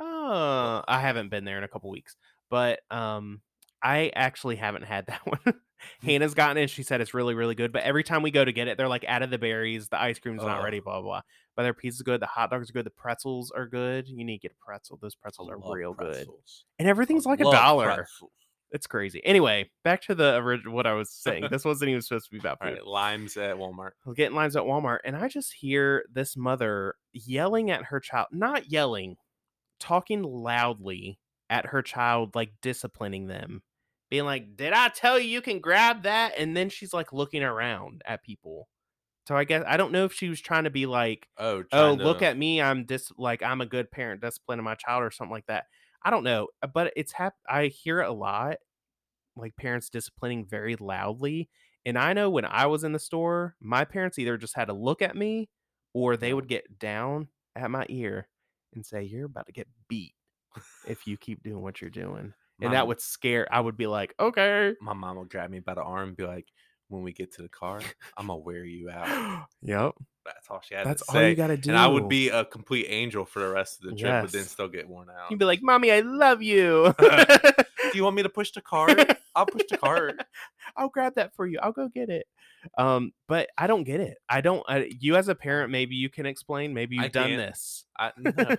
[SPEAKER 2] Oh, I haven't been there in a couple weeks, but um, I actually haven't had that
[SPEAKER 1] Mm.
[SPEAKER 2] one. Hannah's gotten it. She said it's really, really good. But every time we go to get it, they're like out of the berries. The ice cream's not
[SPEAKER 1] Ugh.
[SPEAKER 2] ready. Blah blah. blah. But their pizza's good. The hot dogs are good. The pretzels are good. You need to get a pretzel. Those pretzels
[SPEAKER 1] I
[SPEAKER 2] are
[SPEAKER 1] love
[SPEAKER 2] real good.
[SPEAKER 1] pretzels.
[SPEAKER 2] And everything's
[SPEAKER 1] I
[SPEAKER 2] like a
[SPEAKER 1] love
[SPEAKER 2] dollar.
[SPEAKER 1] pretzels.
[SPEAKER 2] It's crazy. Anyway, back to the original what I was saying. This wasn't even supposed to be about
[SPEAKER 1] All
[SPEAKER 2] food.
[SPEAKER 1] right, limes at Walmart.
[SPEAKER 2] I was getting limes at Walmart, and I just hear this mother yelling at her child, not yelling, talking loudly at her child, like disciplining them, being like, Did I tell you you can grab that? And then she's like looking around at people. So I guess I don't know if she was trying to be like,
[SPEAKER 1] Oh,
[SPEAKER 2] Oh,
[SPEAKER 1] trying
[SPEAKER 2] look
[SPEAKER 1] to-
[SPEAKER 2] at me, I'm dis like I'm a good parent disciplining my child or something like that. I don't know, uh, but it's hap- I hear it a lot, like parents disciplining very loudly. And I know when I was in the store, my parents either just had to look at me or they
[SPEAKER 1] Yeah.
[SPEAKER 2] would get down at my ear and say, You're about to get beat if you keep doing what you're doing.
[SPEAKER 1] my,
[SPEAKER 2] And that would scare, I would be like, Okay.
[SPEAKER 1] My mom would grab me by the arm and be like, "When we get to the car, I'm gonna wear you out."
[SPEAKER 2] yep.
[SPEAKER 1] That's all she had
[SPEAKER 2] That's
[SPEAKER 1] to
[SPEAKER 2] all
[SPEAKER 1] say.
[SPEAKER 2] you got to do.
[SPEAKER 1] and I would be a complete angel for the rest of the trip, but then
[SPEAKER 2] Yes.
[SPEAKER 1] still get worn out.
[SPEAKER 2] You'd be like, Mommy, I love you.
[SPEAKER 1] "Do you want me to push the cart? I'll push the cart."
[SPEAKER 2] I'll grab that for you. I'll go get it. Um, but I don't get it. I don't. I, you as a parent, maybe you can explain. Maybe you've
[SPEAKER 1] I
[SPEAKER 2] done
[SPEAKER 1] can't.
[SPEAKER 2] this.
[SPEAKER 1] I, no.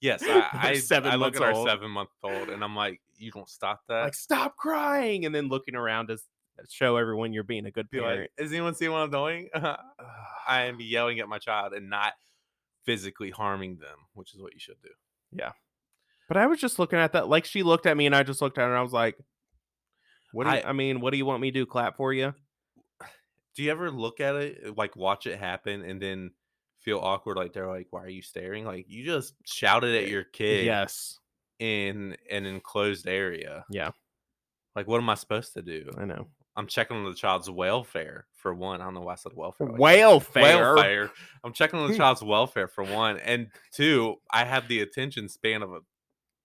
[SPEAKER 1] Yes,
[SPEAKER 2] They're
[SPEAKER 1] I, I,
[SPEAKER 2] seven
[SPEAKER 1] I look
[SPEAKER 2] months
[SPEAKER 1] at our
[SPEAKER 2] old.
[SPEAKER 1] seven month old and I'm like, "You don't stop that."
[SPEAKER 2] Like, stop crying, and then looking around to s- uh, show everyone you're being a good
[SPEAKER 1] be
[SPEAKER 2] parent.
[SPEAKER 1] like, "Does anyone see what I'm doing?" I am yelling at my child and not physically harming them, which is what you should do.
[SPEAKER 2] but I was just looking at that. Like she looked at me, and I just looked at her, and I was like, "What? Do you, I,
[SPEAKER 1] I-
[SPEAKER 2] mean, what do you want me to do? Clap for you?"
[SPEAKER 1] Do you ever look at it, uh, like watch it happen, and then feel awkward? Like they're like, "Why are you staring?" Like you just shouted
[SPEAKER 2] Eh,
[SPEAKER 1] at your kid
[SPEAKER 2] Yes,
[SPEAKER 1] in an enclosed area.
[SPEAKER 2] Yeah.
[SPEAKER 1] Like, what am I supposed to do?
[SPEAKER 2] I know.
[SPEAKER 1] I'm checking on the child's welfare for one. I don't know why I said welfare. like that.
[SPEAKER 2] Welfare.
[SPEAKER 1] welfare. I'm checking on the child's welfare for one, and two, I have the attention span of a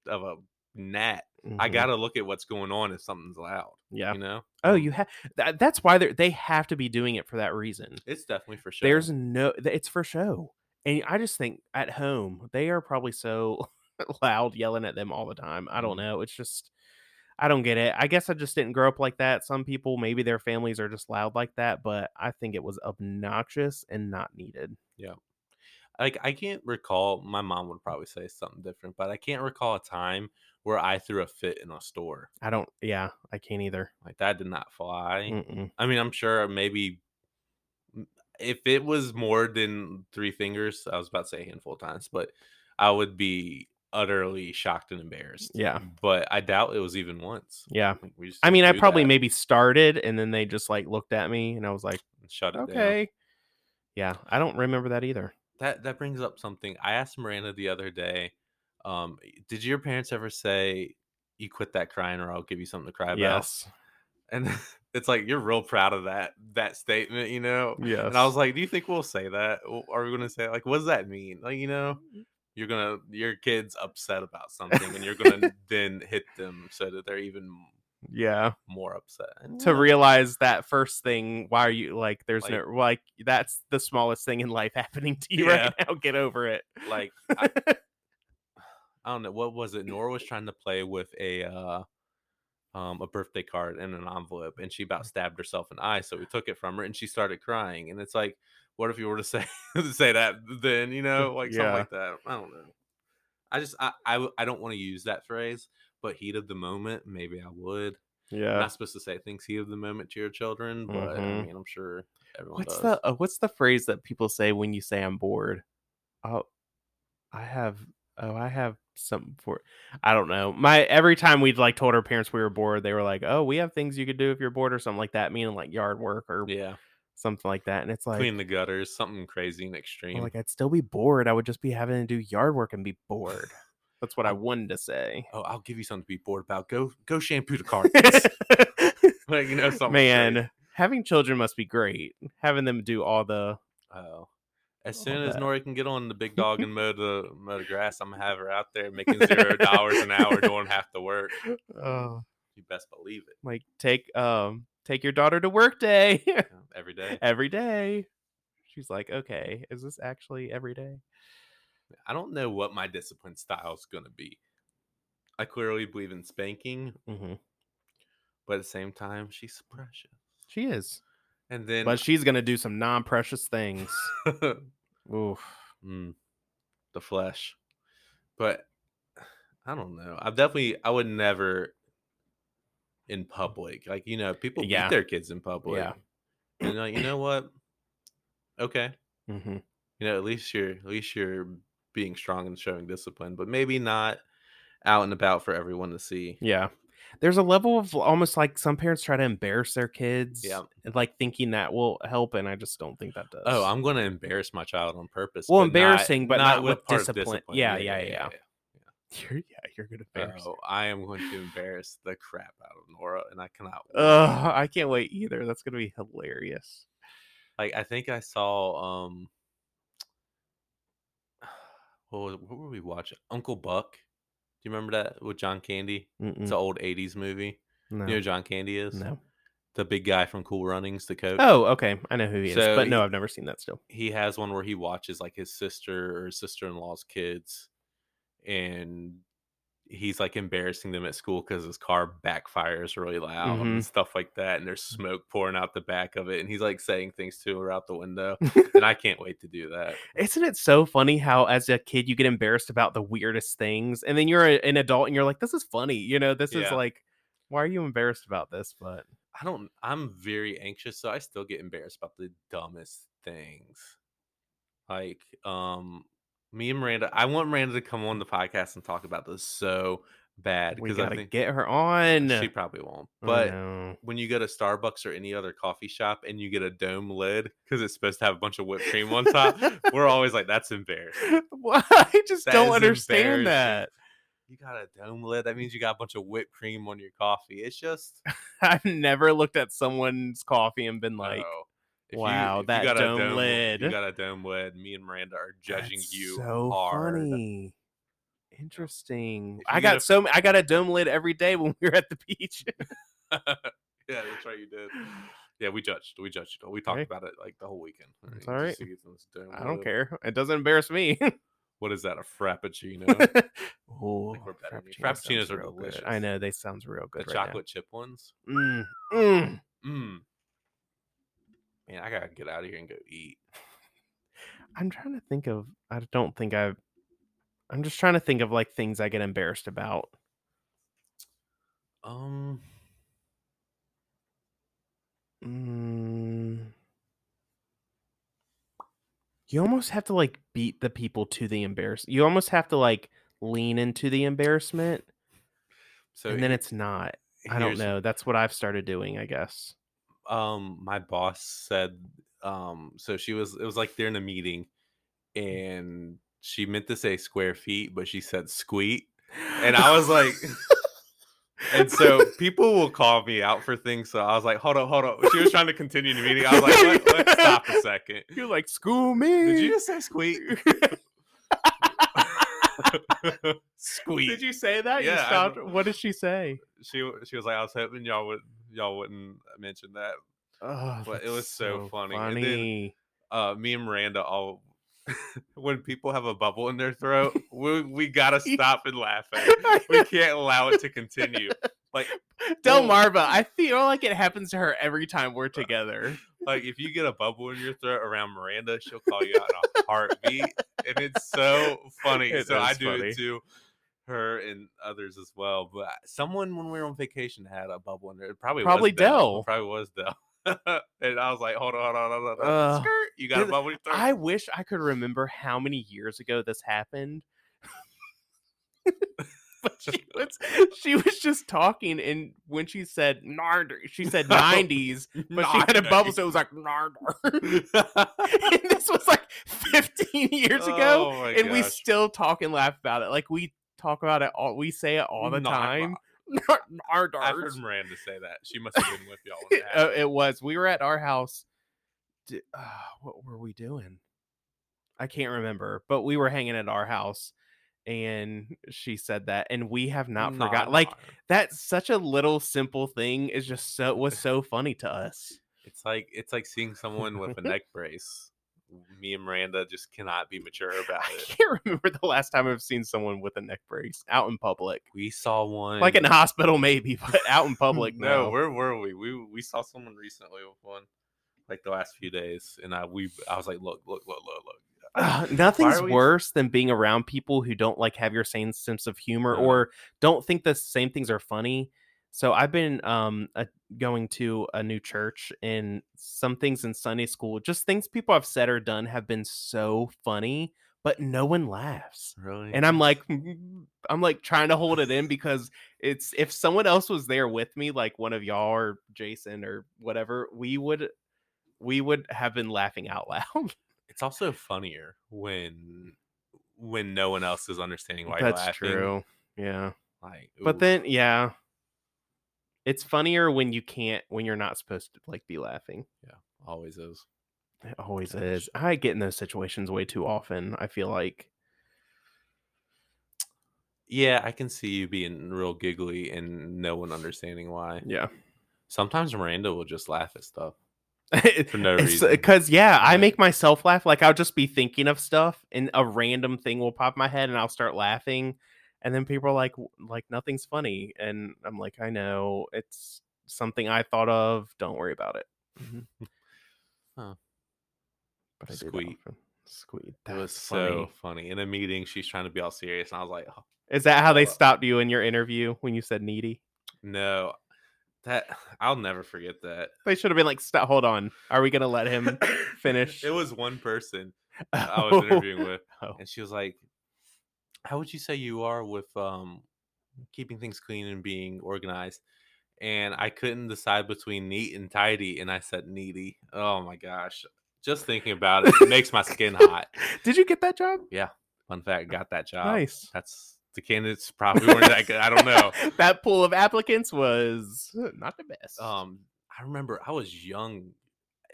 [SPEAKER 1] of a gnat. I
[SPEAKER 2] Mhm.
[SPEAKER 1] gotta look at what's going on if something's loud.
[SPEAKER 2] Yeah.
[SPEAKER 1] You know?
[SPEAKER 2] Oh,
[SPEAKER 1] Um,
[SPEAKER 2] you have. That, that's why they they have to be doing it for that reason.
[SPEAKER 1] It's definitely for sure.
[SPEAKER 2] There's no, th- it's for show. And I just think at home, they are probably so loud yelling at them all the time. I don't
[SPEAKER 1] Mhm.
[SPEAKER 2] know. It's just, I don't get it. I guess I just didn't grow up like that. Some people, maybe their families are just loud like that, but I think it was obnoxious and not needed.
[SPEAKER 1] like I can't recall. My mom would probably say something different, but I can't recall a time where I threw a fit in a store.
[SPEAKER 2] I don't, yeah, I can't either.
[SPEAKER 1] Like that did not fly.
[SPEAKER 2] Mm-mm.
[SPEAKER 1] I mean, I'm sure maybe m- if it was more than three fingers, I was about to say a handful of times, but I would be utterly shocked and embarrassed.
[SPEAKER 2] Yeah.
[SPEAKER 1] But I doubt it was even once.
[SPEAKER 2] Yeah.
[SPEAKER 1] Like, we just
[SPEAKER 2] I
[SPEAKER 1] didn't
[SPEAKER 2] mean, I
[SPEAKER 1] do
[SPEAKER 2] probably
[SPEAKER 1] that
[SPEAKER 2] maybe started and then they just like looked at me and I was like,
[SPEAKER 1] and shut it down.
[SPEAKER 2] okay. Yeah, I don't remember that either.
[SPEAKER 1] That that brings up something. I asked Miranda the other day. Um, did your parents ever say you quit that crying or I'll give you something to cry about?
[SPEAKER 2] yes.
[SPEAKER 1] And it's like you're real proud of that that statement, you know?
[SPEAKER 2] Yes.
[SPEAKER 1] And I was like, "Do you think we'll say that? W- Are we going to say like, what does that mean? Like, you know,
[SPEAKER 2] Mm-hmm.
[SPEAKER 1] you're gonna your kids upset about something, and you're gonna then hit them so that they're even
[SPEAKER 2] yeah
[SPEAKER 1] more upset. And, uh,
[SPEAKER 2] to
[SPEAKER 1] you know,
[SPEAKER 2] realize that first thing why are you like there's
[SPEAKER 1] Like-
[SPEAKER 2] no like that's the smallest thing in life happening to you right now get over it
[SPEAKER 1] like I, I don't know what was it. Nora was trying to play with a uh, um, a birthday card in an envelope, and she about stabbed herself in the eye. So we took it from her, and she started crying. And it's like, what if you were to say to say that then you know like
[SPEAKER 2] Yeah.
[SPEAKER 1] something like that? I don't know. I just I I, w- I don't want to use that phrase, but heat of the moment, maybe I would. I'm
[SPEAKER 2] yeah
[SPEAKER 1] not supposed to say things heat of the moment to your children, but I
[SPEAKER 2] Mhm.
[SPEAKER 1] mean, I'm sure everyone
[SPEAKER 2] what's
[SPEAKER 1] does.
[SPEAKER 2] the uh, what's the phrase that people say when you say i'm bored oh i have oh i have something for i don't know my every time we'd like told our parents we were bored they were like oh we have things you could do if you're bored or something like that meaning like yard work or
[SPEAKER 1] yeah,
[SPEAKER 2] something like that and it's like
[SPEAKER 1] clean the gutters, something crazy and extreme.
[SPEAKER 2] I'm like I'd still be bored. I would just be having to do yard work and be bored. That's what I wanted to say.
[SPEAKER 1] oh, I'll give you something to be bored about. Go go shampoo the carpets. like you know something.
[SPEAKER 2] Man,
[SPEAKER 1] crazy.
[SPEAKER 2] having children must be great. Having them do all the
[SPEAKER 1] Oh. As
[SPEAKER 2] Love
[SPEAKER 1] soon as
[SPEAKER 2] that.
[SPEAKER 1] Nori can get on the big dog and mow the mow the grass, I'm gonna have her out there making zero dollars an hour doing half the work.
[SPEAKER 2] oh,
[SPEAKER 1] You best believe it.
[SPEAKER 2] like take um take your daughter to work day
[SPEAKER 1] you know, Every day.
[SPEAKER 2] every day. She's like, okay, is this actually every day?
[SPEAKER 1] I don't know what my discipline style is gonna be. I clearly believe in spanking,
[SPEAKER 2] Mm-hmm.
[SPEAKER 1] but at the same time, she's precious.
[SPEAKER 2] She is,
[SPEAKER 1] And then
[SPEAKER 2] but she's gonna do some non-precious things. Oof.
[SPEAKER 1] Mm, the flesh. But I don't know. I definitely I would never in public. Like, you know, people
[SPEAKER 2] Yeah.
[SPEAKER 1] beat their kids in public.
[SPEAKER 2] Yeah.
[SPEAKER 1] And like, you know what? Okay.
[SPEAKER 2] Mm-hmm.
[SPEAKER 1] You know, at least you're at least you're being strong and showing discipline, but maybe not out and about for everyone to see.
[SPEAKER 2] Yeah. There's a level of almost like some parents try to embarrass their kids.
[SPEAKER 1] Yeah.
[SPEAKER 2] and, Like thinking that will help. And I just don't think that does.
[SPEAKER 1] Oh, I'm gonna embarrass my child on purpose.
[SPEAKER 2] Well,
[SPEAKER 1] not-
[SPEAKER 2] embarrassing, but not with
[SPEAKER 1] part of
[SPEAKER 2] discipline. Yeah, yeah, yeah. You're, yeah, you're going to embarrass.
[SPEAKER 1] So "Oh, I am going to embarrass the crap out of Nora, and I cannot. wait.
[SPEAKER 2] Ugh, I can't wait either. That's going to be hilarious.
[SPEAKER 1] like I think I saw um what, was, what were we watching? Uncle Buck. Do you remember that with John Candy?
[SPEAKER 2] Mm-mm.
[SPEAKER 1] It's an old '80s movie.
[SPEAKER 2] Mm. no.
[SPEAKER 1] You know who John Candy is
[SPEAKER 2] no.
[SPEAKER 1] the big guy from Cool Runnings, the coach.
[SPEAKER 2] Oh, okay. I know who he is,
[SPEAKER 1] So
[SPEAKER 2] but no,
[SPEAKER 1] he-
[SPEAKER 2] I've never seen that still.
[SPEAKER 1] He has one where he watches like his sister or his sister-in-law's kids, and he's like embarrassing them at school because his car backfires really loud
[SPEAKER 2] Mm-hmm.
[SPEAKER 1] and stuff like that, and
[SPEAKER 2] Mm.
[SPEAKER 1] there's smoke pouring out the back of it, and he's like saying things to her out the window, and I can't wait to do that.
[SPEAKER 2] Isn't it so funny how, as a kid, you get embarrassed about the weirdest things, and then you're a- an adult and you're like, "This is funny," you know? This is
[SPEAKER 1] Yeah.
[SPEAKER 2] like, why are you embarrassed about this? But
[SPEAKER 1] I don't. I'm very anxious, so I still get embarrassed about the dumbest things. Like, um, me and Miranda. I want Miranda to come on the podcast and talk about this so bad
[SPEAKER 2] we
[SPEAKER 1] I
[SPEAKER 2] gotta get Oh, her on.
[SPEAKER 1] she probably won't.
[SPEAKER 2] I
[SPEAKER 1] But
[SPEAKER 2] know.
[SPEAKER 1] when you go to Starbucks or any other coffee shop and you get a dome lid because it's supposed to have a bunch of whipped cream on top, we're always like, "That's embarrassing."
[SPEAKER 2] Well, I just
[SPEAKER 1] That
[SPEAKER 2] don't
[SPEAKER 1] is
[SPEAKER 2] understand
[SPEAKER 1] embarrassing.
[SPEAKER 2] that.
[SPEAKER 1] You got a dome lid. That means you got a bunch of whipped cream on your coffee. It's just
[SPEAKER 2] I've never looked at someone's coffee and been like,
[SPEAKER 1] Oh, if
[SPEAKER 2] wow,
[SPEAKER 1] if
[SPEAKER 2] that dome
[SPEAKER 1] You
[SPEAKER 2] lid.
[SPEAKER 1] got a dome lid. Me and Miranda are judging
[SPEAKER 2] "That's
[SPEAKER 1] you
[SPEAKER 2] So
[SPEAKER 1] hard.
[SPEAKER 2] funny. Interesting.
[SPEAKER 1] If
[SPEAKER 2] I
[SPEAKER 1] you get
[SPEAKER 2] got
[SPEAKER 1] a-
[SPEAKER 2] so ma- I got a dome lid every day when we were at the beach.
[SPEAKER 1] yeah, that's right. You did. Yeah, we judged. We judged it. all. We talked
[SPEAKER 2] Hey.
[SPEAKER 1] about it like the whole weekend. Alright,
[SPEAKER 2] It's all
[SPEAKER 1] just
[SPEAKER 2] right.
[SPEAKER 1] see if it's dome
[SPEAKER 2] I don't
[SPEAKER 1] lid.
[SPEAKER 2] care. It doesn't embarrass me.
[SPEAKER 1] What is that? A frappuccino? the
[SPEAKER 2] oh,
[SPEAKER 1] we're better than you. Frappuccinos
[SPEAKER 2] frappuccinos sounds
[SPEAKER 1] are
[SPEAKER 2] real good. I
[SPEAKER 1] delicious.
[SPEAKER 2] know they sounds real good. right now.
[SPEAKER 1] chocolate chip ones.
[SPEAKER 2] Mm, mm.
[SPEAKER 1] Mm. Man, I gotta get out of here and go eat.
[SPEAKER 2] I'm trying to think of. I don't think I've. I'm just trying to think of like things I get embarrassed about.
[SPEAKER 1] Um,
[SPEAKER 2] Mm. You almost have to like beat the people to the embarrass. You almost have to like lean into the embarrassment,
[SPEAKER 1] so
[SPEAKER 2] and then
[SPEAKER 1] he-
[SPEAKER 2] it's not. I don't
[SPEAKER 1] here's-
[SPEAKER 2] know. That's what I've started doing, I guess.
[SPEAKER 1] um my boss said um so she was it was like they're in a meeting
[SPEAKER 2] Mm.
[SPEAKER 1] and she meant to say square feet but she said squeak and i was like and so people will call me out for things so i was like hold up hold up she was trying to continue the meeting i was like let, us stop a second
[SPEAKER 2] you're like, school me.
[SPEAKER 1] did you just say squeak Squeak.
[SPEAKER 2] Did you say that?
[SPEAKER 1] Yeah,
[SPEAKER 2] you
[SPEAKER 1] I
[SPEAKER 2] stopped.
[SPEAKER 1] don't-
[SPEAKER 2] What did she say?
[SPEAKER 1] she w- she was like, I was hoping y'all would y'all wouldn't mention that.
[SPEAKER 2] Oh,
[SPEAKER 1] But it
[SPEAKER 2] that's
[SPEAKER 1] was so funny. And then-
[SPEAKER 2] funny.
[SPEAKER 1] Uh, me and Miranda all. when people have a bubble in their throat, we we gotta stop and laugh at it. We can't allow it to continue. Like Oh.
[SPEAKER 2] Del Marva, I feel like it happens to her every time
[SPEAKER 1] Uh,
[SPEAKER 2] we're together.
[SPEAKER 1] like if you get a bubble in your throat around Miranda, she'll call you out in a heartbeat, and it's so funny.
[SPEAKER 2] It
[SPEAKER 1] so I
[SPEAKER 2] is
[SPEAKER 1] do
[SPEAKER 2] funny.
[SPEAKER 1] it to her and others as well. But someone when we were on vacation had a bubble in there. It probably
[SPEAKER 2] Probably
[SPEAKER 1] was Dell.
[SPEAKER 2] Dell.
[SPEAKER 1] It Probably was Dell. and I was like, hold on, hold on, hold on, hold on.
[SPEAKER 2] Ugh.
[SPEAKER 1] Skirt, you got a
[SPEAKER 2] Dude,
[SPEAKER 1] bubble in your throat.
[SPEAKER 2] I wish I could remember how many years ago this happened. but she was she was just talking, and when she said "nard," she said nineties, but she had a bubble, so it was like "nard." and this was like fifteen years
[SPEAKER 1] Oh
[SPEAKER 2] ago, and we still talk and laugh about it. Like we talk about it all, we say it all the
[SPEAKER 1] Nard.
[SPEAKER 2] time. Nard.
[SPEAKER 1] I heard Miranda say that. She must have been with y'all. When
[SPEAKER 2] it,
[SPEAKER 1] it
[SPEAKER 2] uh,
[SPEAKER 1] happened.
[SPEAKER 2] it was. We were at our house. Di- uh, what were we doing? I can't remember, but we were hanging at our house, and she said that, and we have not
[SPEAKER 1] Nah,
[SPEAKER 2] forgotten. Like
[SPEAKER 1] nah.
[SPEAKER 2] that's such a little simple thing is just so was so funny to us.
[SPEAKER 1] It's like it's like seeing someone with a neck brace. Me and Miranda just cannot be mature about
[SPEAKER 2] I
[SPEAKER 1] it.
[SPEAKER 2] can't remember the last time I've seen someone with a neck brace out in public,
[SPEAKER 1] We saw one
[SPEAKER 2] like in a hospital maybe, but out in public.
[SPEAKER 1] no,
[SPEAKER 2] no,
[SPEAKER 1] where were we? We we saw someone recently with one, like the last few days, and I we I was like, look, look, look, look, look.
[SPEAKER 2] Ugh,
[SPEAKER 1] Why
[SPEAKER 2] nothing's
[SPEAKER 1] are we-
[SPEAKER 2] worse than being around people who don't like have your same sense of humor
[SPEAKER 1] Yeah.
[SPEAKER 2] or don't think the same things are funny. So I've been um a, going to a new church and some things in Sunday school, just things people have said or done have been so funny, but no one laughs.
[SPEAKER 1] Really?
[SPEAKER 2] And I'm like I'm like trying to hold it in because it's if someone else was there with me, like one of y'all or Jason or whatever, we would we would have been laughing out loud.
[SPEAKER 1] it's also funnier when when no one else is understanding why you're
[SPEAKER 2] That's
[SPEAKER 1] laughing.
[SPEAKER 2] true. Yeah.
[SPEAKER 1] Like,
[SPEAKER 2] But
[SPEAKER 1] ooh,
[SPEAKER 2] then yeah. It's funnier when you can't when you're not supposed to like be laughing.
[SPEAKER 1] always is.
[SPEAKER 2] It always
[SPEAKER 1] Gosh.
[SPEAKER 2] is. I get in those situations way too often. I feel like
[SPEAKER 1] Yeah, I can see you being real giggly and no one understanding why.
[SPEAKER 2] yeah.
[SPEAKER 1] Sometimes Miranda will just laugh at stuff.
[SPEAKER 2] For
[SPEAKER 1] no reason.
[SPEAKER 2] Cuz yeah, I
[SPEAKER 1] Yeah.
[SPEAKER 2] make myself laugh like I'll just be thinking of stuff and a random thing will pop in my head and I'll start laughing and then people are like "W- like nothing's funny and I'm like I know it's something I thought of. Don't worry about it. Mm-hmm.
[SPEAKER 1] Huh.
[SPEAKER 2] But I do that
[SPEAKER 1] Squeak.
[SPEAKER 2] often. Squeak.
[SPEAKER 1] That was
[SPEAKER 2] That's
[SPEAKER 1] so funny. In a meeting, she's trying to be all serious, and I was like, "Oh,
[SPEAKER 2] Is that how they
[SPEAKER 1] Uh,
[SPEAKER 2] stopped you in your interview when you said needy?
[SPEAKER 1] "No, that I'll never forget that."
[SPEAKER 2] They should have been like, "Stop! Hold on. Are we gonna let him finish?"
[SPEAKER 1] It was one person I was interviewing with,
[SPEAKER 2] Oh.
[SPEAKER 1] and she was like, "How would you say you are with um, keeping things clean and being organized?" And I couldn't decide between neat and tidy, and I said needy. Oh my gosh! Just thinking about it makes my skin hot.
[SPEAKER 2] Did you get that job?
[SPEAKER 1] Fun fact: got that job.
[SPEAKER 2] nice.
[SPEAKER 1] That's the candidates probably weren't that good. I don't know.
[SPEAKER 2] that pool of applicants was uh, not the best.
[SPEAKER 1] um i remember i was young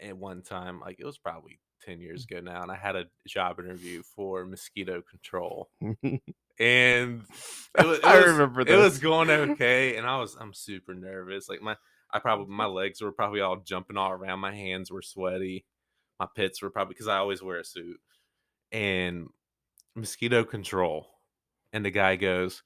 [SPEAKER 1] at one time like it was probably 10 years
[SPEAKER 2] Mm.
[SPEAKER 1] ago now and i had a job interview for mosquito control and it was, it
[SPEAKER 2] I
[SPEAKER 1] was-
[SPEAKER 2] remember
[SPEAKER 1] it was
[SPEAKER 2] this.
[SPEAKER 1] going okay and i was i'm super nervous like my i probably my legs were probably all jumping all around my hands were sweaty my pits were probably because i always wear a suit and mosquito control and the guy goes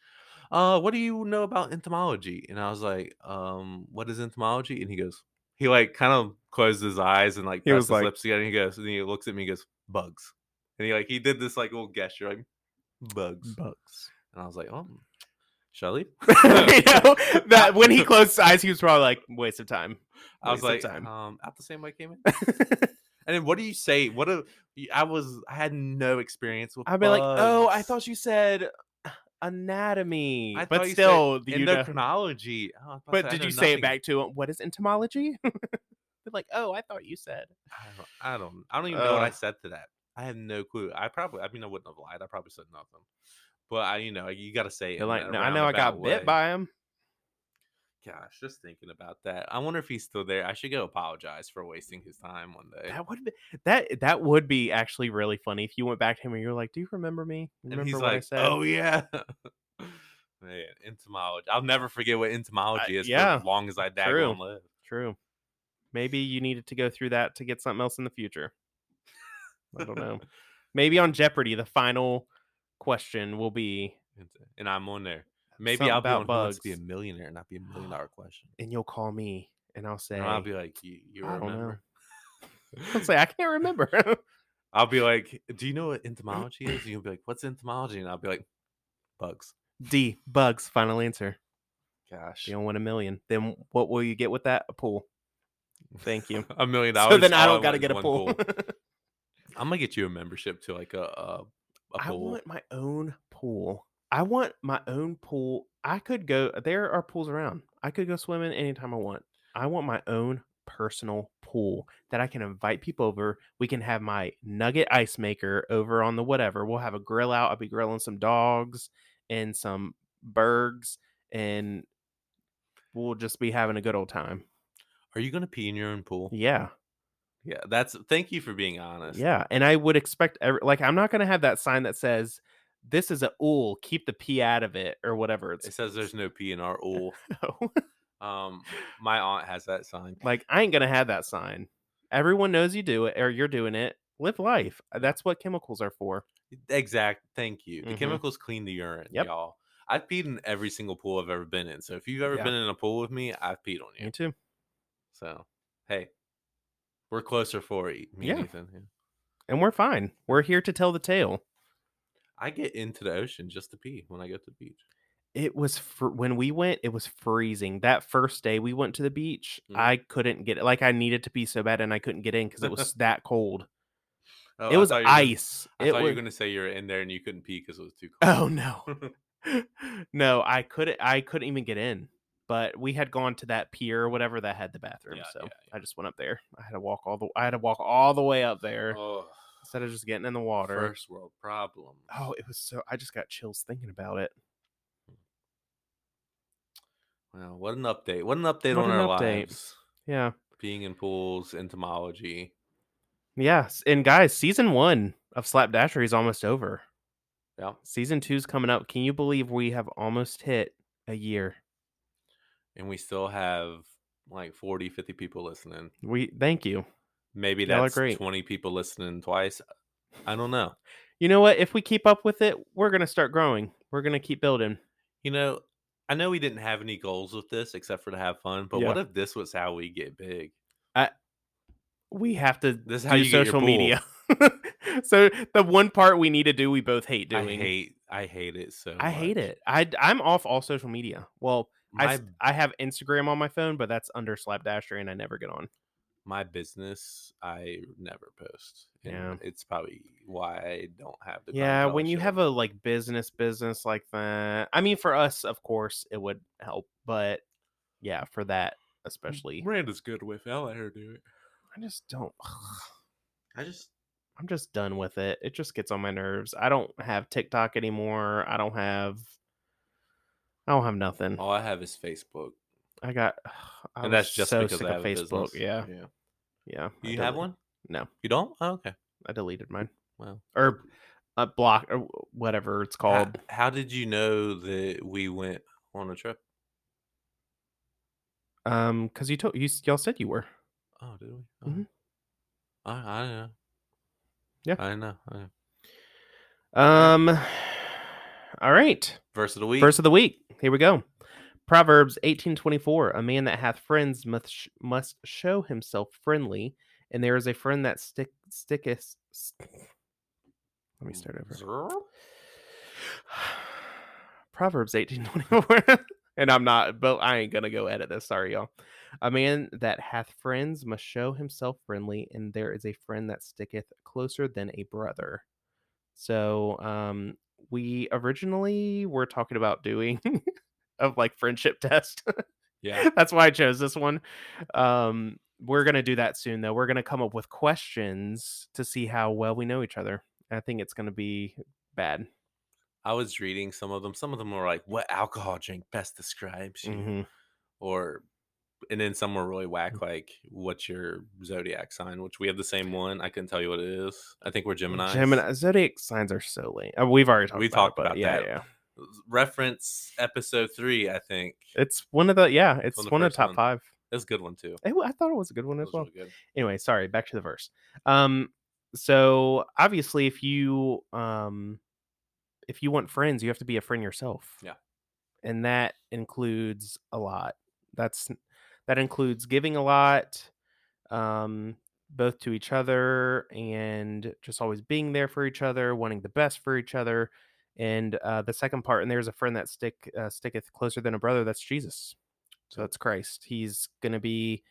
[SPEAKER 1] uh what do you know about entomology and i was like um what is entomology and he goes he like kind of closed his eyes and like
[SPEAKER 2] He
[SPEAKER 1] pressed
[SPEAKER 2] was
[SPEAKER 1] his
[SPEAKER 2] like-
[SPEAKER 1] lips together and he goes and he looks at me and goes bugs and he like he did this like little gesture like bugs
[SPEAKER 2] Bugs.
[SPEAKER 1] and i was like oh shall I leave?
[SPEAKER 2] you know that when he closed his eyes, he was probably like, "Waste of time."
[SPEAKER 1] I was like,
[SPEAKER 2] Waste of time.
[SPEAKER 1] um, out the same way I came in. and then what do you say? What a, I was, I had no experience with.
[SPEAKER 2] I'd be like, "Oh, I
[SPEAKER 1] bugs
[SPEAKER 2] thought you said anatomy,
[SPEAKER 1] I
[SPEAKER 2] but
[SPEAKER 1] thought you said
[SPEAKER 2] still, do you know-
[SPEAKER 1] endocrinology. Oh, I was about to
[SPEAKER 2] But
[SPEAKER 1] I
[SPEAKER 2] did
[SPEAKER 1] know
[SPEAKER 2] you say
[SPEAKER 1] nothing-
[SPEAKER 2] it back to him? What is entomology? They're like, oh, I thought you said.
[SPEAKER 1] I don't, I don't, I don't even know what I
[SPEAKER 2] Ugh.
[SPEAKER 1] said to that. I had no clue. I probably, I mean, I wouldn't have lied. I probably said nothing. But I, you know, you got to say it.
[SPEAKER 2] They're
[SPEAKER 1] in
[SPEAKER 2] like,
[SPEAKER 1] a
[SPEAKER 2] no, I know I got
[SPEAKER 1] roundabout way.
[SPEAKER 2] bit by him.
[SPEAKER 1] Gosh, just thinking about that. I wonder if he's still there. I should go apologize for wasting his time one day.
[SPEAKER 2] That would be that that would be actually really funny if you went back to him and you're like, "Do you remember me?
[SPEAKER 1] and
[SPEAKER 2] Remember
[SPEAKER 1] he's
[SPEAKER 2] what I
[SPEAKER 1] like,
[SPEAKER 2] said?"
[SPEAKER 1] "Oh yeah." Man, entomology. I'll never forget what entomology is
[SPEAKER 2] yeah,
[SPEAKER 1] for as long as I
[SPEAKER 2] true.
[SPEAKER 1] daggone live.
[SPEAKER 2] True. Maybe you needed to go through that to get something else in the future. I don't know. Maybe on Jeopardy, the final question will be,
[SPEAKER 1] Ent- And I'm on there. Maybe
[SPEAKER 2] Something
[SPEAKER 1] I'll be
[SPEAKER 2] about
[SPEAKER 1] on Who Wants to be a
[SPEAKER 2] bugs.
[SPEAKER 1] millionaire, and not be a million dollar question.
[SPEAKER 2] and you'll call me, and I'll say,
[SPEAKER 1] And I'll be like, you, you
[SPEAKER 2] I don't know.
[SPEAKER 1] remember?
[SPEAKER 2] I'll say, I can't remember.
[SPEAKER 1] I'll be like, do you know what entomology is? And you'll be like, what's entomology? And I'll be like, bugs.
[SPEAKER 2] D bugs. Final answer.
[SPEAKER 1] Gosh,
[SPEAKER 2] You don't win a million. Then what will you get with that? A pool. Thank you.
[SPEAKER 1] a million dollars.
[SPEAKER 2] so then I
[SPEAKER 1] all
[SPEAKER 2] don't
[SPEAKER 1] want
[SPEAKER 2] got to
[SPEAKER 1] is
[SPEAKER 2] get a
[SPEAKER 1] one
[SPEAKER 2] pool.
[SPEAKER 1] I'm gonna get you a membership to like a a, a
[SPEAKER 2] I
[SPEAKER 1] pool.
[SPEAKER 2] want my own pool. I want my own pool. I could go. There are pools around. I could go swimming anytime I want. I want my own personal pool that I can invite people over. We can have my nugget ice maker over on the whatever. We'll have a grill out. I'll be grilling some dogs and some bergs, and we'll just be having a good old time.
[SPEAKER 1] Are you gonna pee in your own pool?
[SPEAKER 2] Yeah.
[SPEAKER 1] Yeah, that's. Thank you for being honest.
[SPEAKER 2] Yeah, and I would expect every, like I'm not gonna have that sign that says this is a ool, keep the pee out of it or whatever
[SPEAKER 1] It
[SPEAKER 2] it's
[SPEAKER 1] says there's no pee in our ool. Um, my aunt has that sign.
[SPEAKER 2] like I ain't gonna have that sign. Everyone knows you do it or you're doing it. Live life. Uh, That's what chemicals are for.
[SPEAKER 1] Exact. Thank you. The
[SPEAKER 2] Mhm.
[SPEAKER 1] chemicals clean the urine,
[SPEAKER 2] Yep.
[SPEAKER 1] y'all. I've peed in every single pool I've ever been in. So if you've ever
[SPEAKER 2] Yeah.
[SPEAKER 1] been in a pool with me, I've peed on you.
[SPEAKER 2] Me too.
[SPEAKER 1] So hey, we're closer for it. Me
[SPEAKER 2] Yeah.
[SPEAKER 1] and Ethan. yeah.
[SPEAKER 2] And we're fine. We're here to tell the tale.
[SPEAKER 1] I get into the ocean just to pee when I go to the beach.
[SPEAKER 2] It was fr- when we went. It was freezing. That first day we went to the beach,
[SPEAKER 1] Mm.
[SPEAKER 2] I couldn't get like I needed to pee so bad, and I couldn't get in because it was that cold.
[SPEAKER 1] Oh,
[SPEAKER 2] it
[SPEAKER 1] I
[SPEAKER 2] was
[SPEAKER 1] thought you were gonna-
[SPEAKER 2] ice.
[SPEAKER 1] I
[SPEAKER 2] it
[SPEAKER 1] thought you were
[SPEAKER 2] was.
[SPEAKER 1] gonna say you were in there and you couldn't pee because it was too cold.
[SPEAKER 2] Oh no. no, I couldn't I couldn't even get in. But we had gone to that pier or whatever that had the bathroom.
[SPEAKER 1] Yeah,
[SPEAKER 2] so
[SPEAKER 1] yeah,
[SPEAKER 2] I just went up there. I had to walk all the I had to walk all the way up there
[SPEAKER 1] Oh,
[SPEAKER 2] instead of just getting in the water.
[SPEAKER 1] first world problem.
[SPEAKER 2] Oh, it was so I just got chills thinking about it.
[SPEAKER 1] Well, what an update! What an update
[SPEAKER 2] What
[SPEAKER 1] on
[SPEAKER 2] an
[SPEAKER 1] our
[SPEAKER 2] update.
[SPEAKER 1] lives.
[SPEAKER 2] Yeah.
[SPEAKER 1] Being in pools, entomology.
[SPEAKER 2] Yes. And guys, season one of Slapdashery is almost over.
[SPEAKER 1] Yeah,
[SPEAKER 2] Season two's coming up. Can you believe we have almost hit a year?
[SPEAKER 1] and we still have like 40, 50 people listening.
[SPEAKER 2] We thank you.
[SPEAKER 1] Maybe
[SPEAKER 2] Y'all are
[SPEAKER 1] that's
[SPEAKER 2] great.
[SPEAKER 1] twenty people listening twice. I don't know.
[SPEAKER 2] You know what? If we keep up with it, we're gonna start growing. We're gonna keep building.
[SPEAKER 1] You know, I know we didn't have any goals with this except for to have fun. But
[SPEAKER 2] Yeah.
[SPEAKER 1] what if this was how we get big?
[SPEAKER 2] we have to
[SPEAKER 1] This is
[SPEAKER 2] do
[SPEAKER 1] how you get your
[SPEAKER 2] social
[SPEAKER 1] bull.
[SPEAKER 2] media. so the one part we need to do, we both hate doing.
[SPEAKER 1] I hate. I hate it so.
[SPEAKER 2] I hate
[SPEAKER 1] much.
[SPEAKER 2] it. I am off all social media. Well, I
[SPEAKER 1] My
[SPEAKER 2] s- I have Instagram on my phone, but that's under Slapdashery, and I never get on.
[SPEAKER 1] my business I never post. and
[SPEAKER 2] Yeah.
[SPEAKER 1] It's probably why I don't have the
[SPEAKER 2] Yeah, when you have
[SPEAKER 1] clientele
[SPEAKER 2] a like business business like that. I mean, for us, of course, it would help, but yeah, for that
[SPEAKER 1] show.
[SPEAKER 2] especially,
[SPEAKER 1] brand is good with. I'll let her do it.
[SPEAKER 2] I just don't.
[SPEAKER 1] I just
[SPEAKER 2] I'm just done with it. It just gets on my nerves. I don't have TikTok anymore. I don't have. I don't have nothing.
[SPEAKER 1] all I have is Facebook,
[SPEAKER 2] I got. I
[SPEAKER 1] and
[SPEAKER 2] was
[SPEAKER 1] that's just
[SPEAKER 2] so
[SPEAKER 1] because
[SPEAKER 2] sick
[SPEAKER 1] I have
[SPEAKER 2] of
[SPEAKER 1] a
[SPEAKER 2] Facebook.
[SPEAKER 1] business.
[SPEAKER 2] Yeah,
[SPEAKER 1] yeah.
[SPEAKER 2] yeah. I
[SPEAKER 1] Do you have
[SPEAKER 2] delete-
[SPEAKER 1] one?
[SPEAKER 2] No.
[SPEAKER 1] you don't. Oh, okay.
[SPEAKER 2] I deleted mine
[SPEAKER 1] Well,
[SPEAKER 2] or a block or wh- whatever it's
[SPEAKER 1] how,
[SPEAKER 2] called.
[SPEAKER 1] how did you know that we went on a trip?
[SPEAKER 2] Um, because you told you s- y'all said you were.
[SPEAKER 1] Oh, did we? Oh.
[SPEAKER 2] Mhm.
[SPEAKER 1] I, I don't know.
[SPEAKER 2] Yeah.
[SPEAKER 1] I know. Uh, I know.
[SPEAKER 2] Um, all right.
[SPEAKER 1] Verse of the week.
[SPEAKER 2] Verse of the week. Here we go. Proverbs eighteen twenty four. A man that hath friends must sh- must show himself friendly, and there is a friend that stick sticketh. St- Let me start over.
[SPEAKER 1] Mm, Zerp.
[SPEAKER 2] Proverbs 1824. and I'm not, but I ain't gonna go edit this. Sorry, y'all. A man that hath friends must show himself friendly, and there is a friend that sticketh closer than a brother. So um we originally were talking about doing of like friendship test.
[SPEAKER 1] Yeah.
[SPEAKER 2] That's why I chose this one. Um we're gonna do that soon though. We're gonna come up with questions to see how well we know each other. I think it's gonna be bad.
[SPEAKER 1] I was reading some of them. Some of them were like, "What alcohol drink best describes you?"
[SPEAKER 2] Mhm.
[SPEAKER 1] or and then some were really whack,
[SPEAKER 2] Mm-hmm.
[SPEAKER 1] like what's your zodiac sign, which we have the same one. I couldn't tell you what it is. I think we're Gemini.
[SPEAKER 2] Gemini zodiac signs are so lame. Uh, we've already talked.
[SPEAKER 1] We
[SPEAKER 2] about
[SPEAKER 1] talked
[SPEAKER 2] it, but
[SPEAKER 1] about
[SPEAKER 2] yeah,
[SPEAKER 1] that.
[SPEAKER 2] yeah.
[SPEAKER 1] Reference episode three, I think.
[SPEAKER 2] It's one of the yeah. It's
[SPEAKER 1] one of
[SPEAKER 2] one
[SPEAKER 1] the
[SPEAKER 2] of,
[SPEAKER 1] first
[SPEAKER 2] the top
[SPEAKER 1] ones.
[SPEAKER 2] five.
[SPEAKER 1] It's a good one too.
[SPEAKER 2] It wa- I thought it was a good one as
[SPEAKER 1] Those
[SPEAKER 2] well.
[SPEAKER 1] were good.
[SPEAKER 2] anyway sorry back to the verse um so obviously if you um if you want friends you have to be a friend yourself
[SPEAKER 1] Yeah.
[SPEAKER 2] and that includes a lot that's that includes giving a lot um both to each other and just always being there for each other wanting the best for each other and uh, the second part and there's a friend that stick uh, sticketh closer than a brother that's jesus so that's christ he's going to be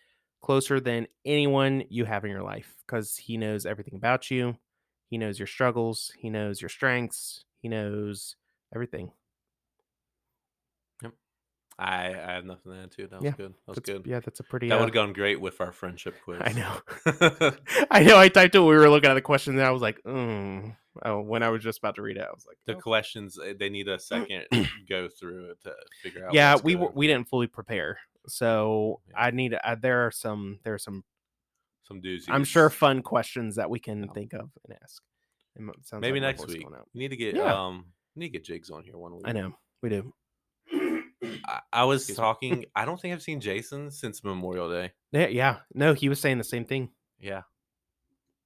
[SPEAKER 2] closer than anyone you have in your life because he knows everything about you. He knows your struggles. He knows your strengths. He knows everything.
[SPEAKER 1] I I have nothing to add to. it. That was
[SPEAKER 2] Yeah,
[SPEAKER 1] good. That was
[SPEAKER 2] That's-
[SPEAKER 1] good.
[SPEAKER 2] Yeah, that's a pretty.
[SPEAKER 1] That
[SPEAKER 2] uh,
[SPEAKER 1] would have gone great with our friendship quiz.
[SPEAKER 2] I know.
[SPEAKER 1] know.
[SPEAKER 2] I know. I typed it. when We were looking at the question, and I was like, mm. oh, when I was just about to read it, I was like,
[SPEAKER 1] the
[SPEAKER 2] "Oh."
[SPEAKER 1] questions uh, they need a second go through it to figure out.
[SPEAKER 2] yeah,
[SPEAKER 1] what's
[SPEAKER 2] we
[SPEAKER 1] good
[SPEAKER 2] were,
[SPEAKER 1] and
[SPEAKER 2] we didn't fully prepare, so
[SPEAKER 1] Yeah.
[SPEAKER 2] I need. I, there are some. There are some.
[SPEAKER 1] some doozies.
[SPEAKER 2] I'm sure fun questions that we can
[SPEAKER 1] Yeah.
[SPEAKER 2] think of and ask. It mo- sounds
[SPEAKER 1] Oh. Maybe
[SPEAKER 2] like my
[SPEAKER 1] next
[SPEAKER 2] voice
[SPEAKER 1] week.
[SPEAKER 2] going out.
[SPEAKER 1] We need to get
[SPEAKER 2] Yeah.
[SPEAKER 1] um we need to get Jigs on here one week.
[SPEAKER 2] I know we do.
[SPEAKER 1] I, I was
[SPEAKER 2] Excuse me.
[SPEAKER 1] talking. I don't think I've seen Jason since Memorial Day.
[SPEAKER 2] Yeah, yeah. No, he was saying the same thing.
[SPEAKER 1] Yeah,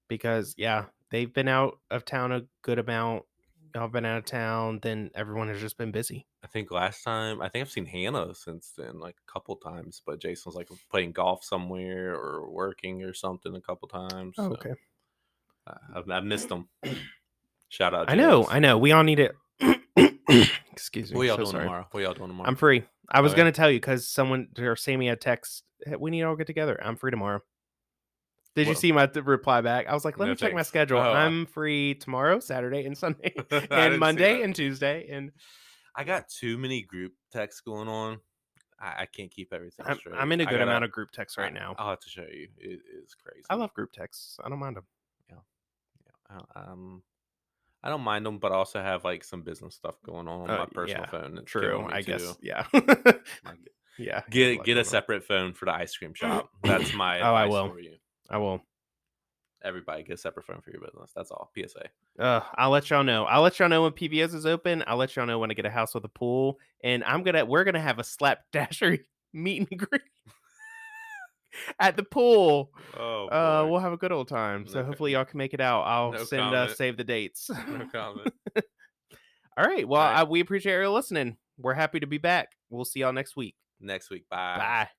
[SPEAKER 2] because yeah, they've been out of town a good amount. I've been out of town, then everyone has just been busy.
[SPEAKER 1] I think last time I think I've seen Hannah since then like a couple times. But Jason was like playing golf somewhere or working or something a couple times.
[SPEAKER 2] Oh,
[SPEAKER 1] so I, I've, I've missed him. Shout out.
[SPEAKER 2] I know,
[SPEAKER 1] Jigs.
[SPEAKER 2] I know. We all need it. Excuse me.
[SPEAKER 1] What y'all
[SPEAKER 2] so
[SPEAKER 1] doing
[SPEAKER 2] sorry.
[SPEAKER 1] tomorrow? Oh, What y'all doing tomorrow?
[SPEAKER 2] I'm free. I was
[SPEAKER 1] Okay.
[SPEAKER 2] gonna tell you because someone or Sammy had text. "Hey, We need to all get together. I'm free tomorrow. Did
[SPEAKER 1] Well-
[SPEAKER 2] you see my th- reply back? I was like, let
[SPEAKER 1] No,
[SPEAKER 2] me check my
[SPEAKER 1] thanks.
[SPEAKER 2] schedule.
[SPEAKER 1] Oh, I-
[SPEAKER 2] I'm free tomorrow, Saturday, and Sunday,
[SPEAKER 1] I didn't see
[SPEAKER 2] and Monday,
[SPEAKER 1] that.
[SPEAKER 2] and Tuesday, and
[SPEAKER 1] I got too many group texts going on. I, I can't keep everything
[SPEAKER 2] I'm,
[SPEAKER 1] straight.
[SPEAKER 2] I'm in a
[SPEAKER 1] I
[SPEAKER 2] good
[SPEAKER 1] gotta-
[SPEAKER 2] amount of group texts right
[SPEAKER 1] I-
[SPEAKER 2] now.
[SPEAKER 1] I'll have to show you. It is crazy.
[SPEAKER 2] I love group texts. I don't mind them.
[SPEAKER 1] I don't- Um, I don't mind them, but I also have like some business stuff going on on
[SPEAKER 2] Uh,
[SPEAKER 1] my personal
[SPEAKER 2] yeah,
[SPEAKER 1] phone. that's killing
[SPEAKER 2] True,
[SPEAKER 1] me,
[SPEAKER 2] I guess.
[SPEAKER 1] too.
[SPEAKER 2] Yeah.
[SPEAKER 1] Like,
[SPEAKER 2] yeah.
[SPEAKER 1] Get
[SPEAKER 2] luck
[SPEAKER 1] get a
[SPEAKER 2] with that.
[SPEAKER 1] separate phone for the ice cream shop. That's my
[SPEAKER 2] Oh, I
[SPEAKER 1] advice
[SPEAKER 2] will.
[SPEAKER 1] for you.
[SPEAKER 2] I will.
[SPEAKER 1] Everybody get a separate phone for your business. That's all. PSA.
[SPEAKER 2] Uh, I'll let y'all know. I'll let y'all know when PBS is open. I'll let y'all know when I get a house with a pool, and I'm gonna we're gonna have a slapdashery meet and greet at the pool.
[SPEAKER 1] Oh,
[SPEAKER 2] uh, we'll have a good old time. So
[SPEAKER 1] No-
[SPEAKER 2] hopefully y'all can make it out. I'll
[SPEAKER 1] no
[SPEAKER 2] send uh,
[SPEAKER 1] comment.
[SPEAKER 2] save the dates.
[SPEAKER 1] no comment.
[SPEAKER 2] All right. Well,
[SPEAKER 1] All right.
[SPEAKER 2] I, we appreciate you listening. We're happy to be back. We'll see y'all next week.
[SPEAKER 1] Next week.
[SPEAKER 2] Bye.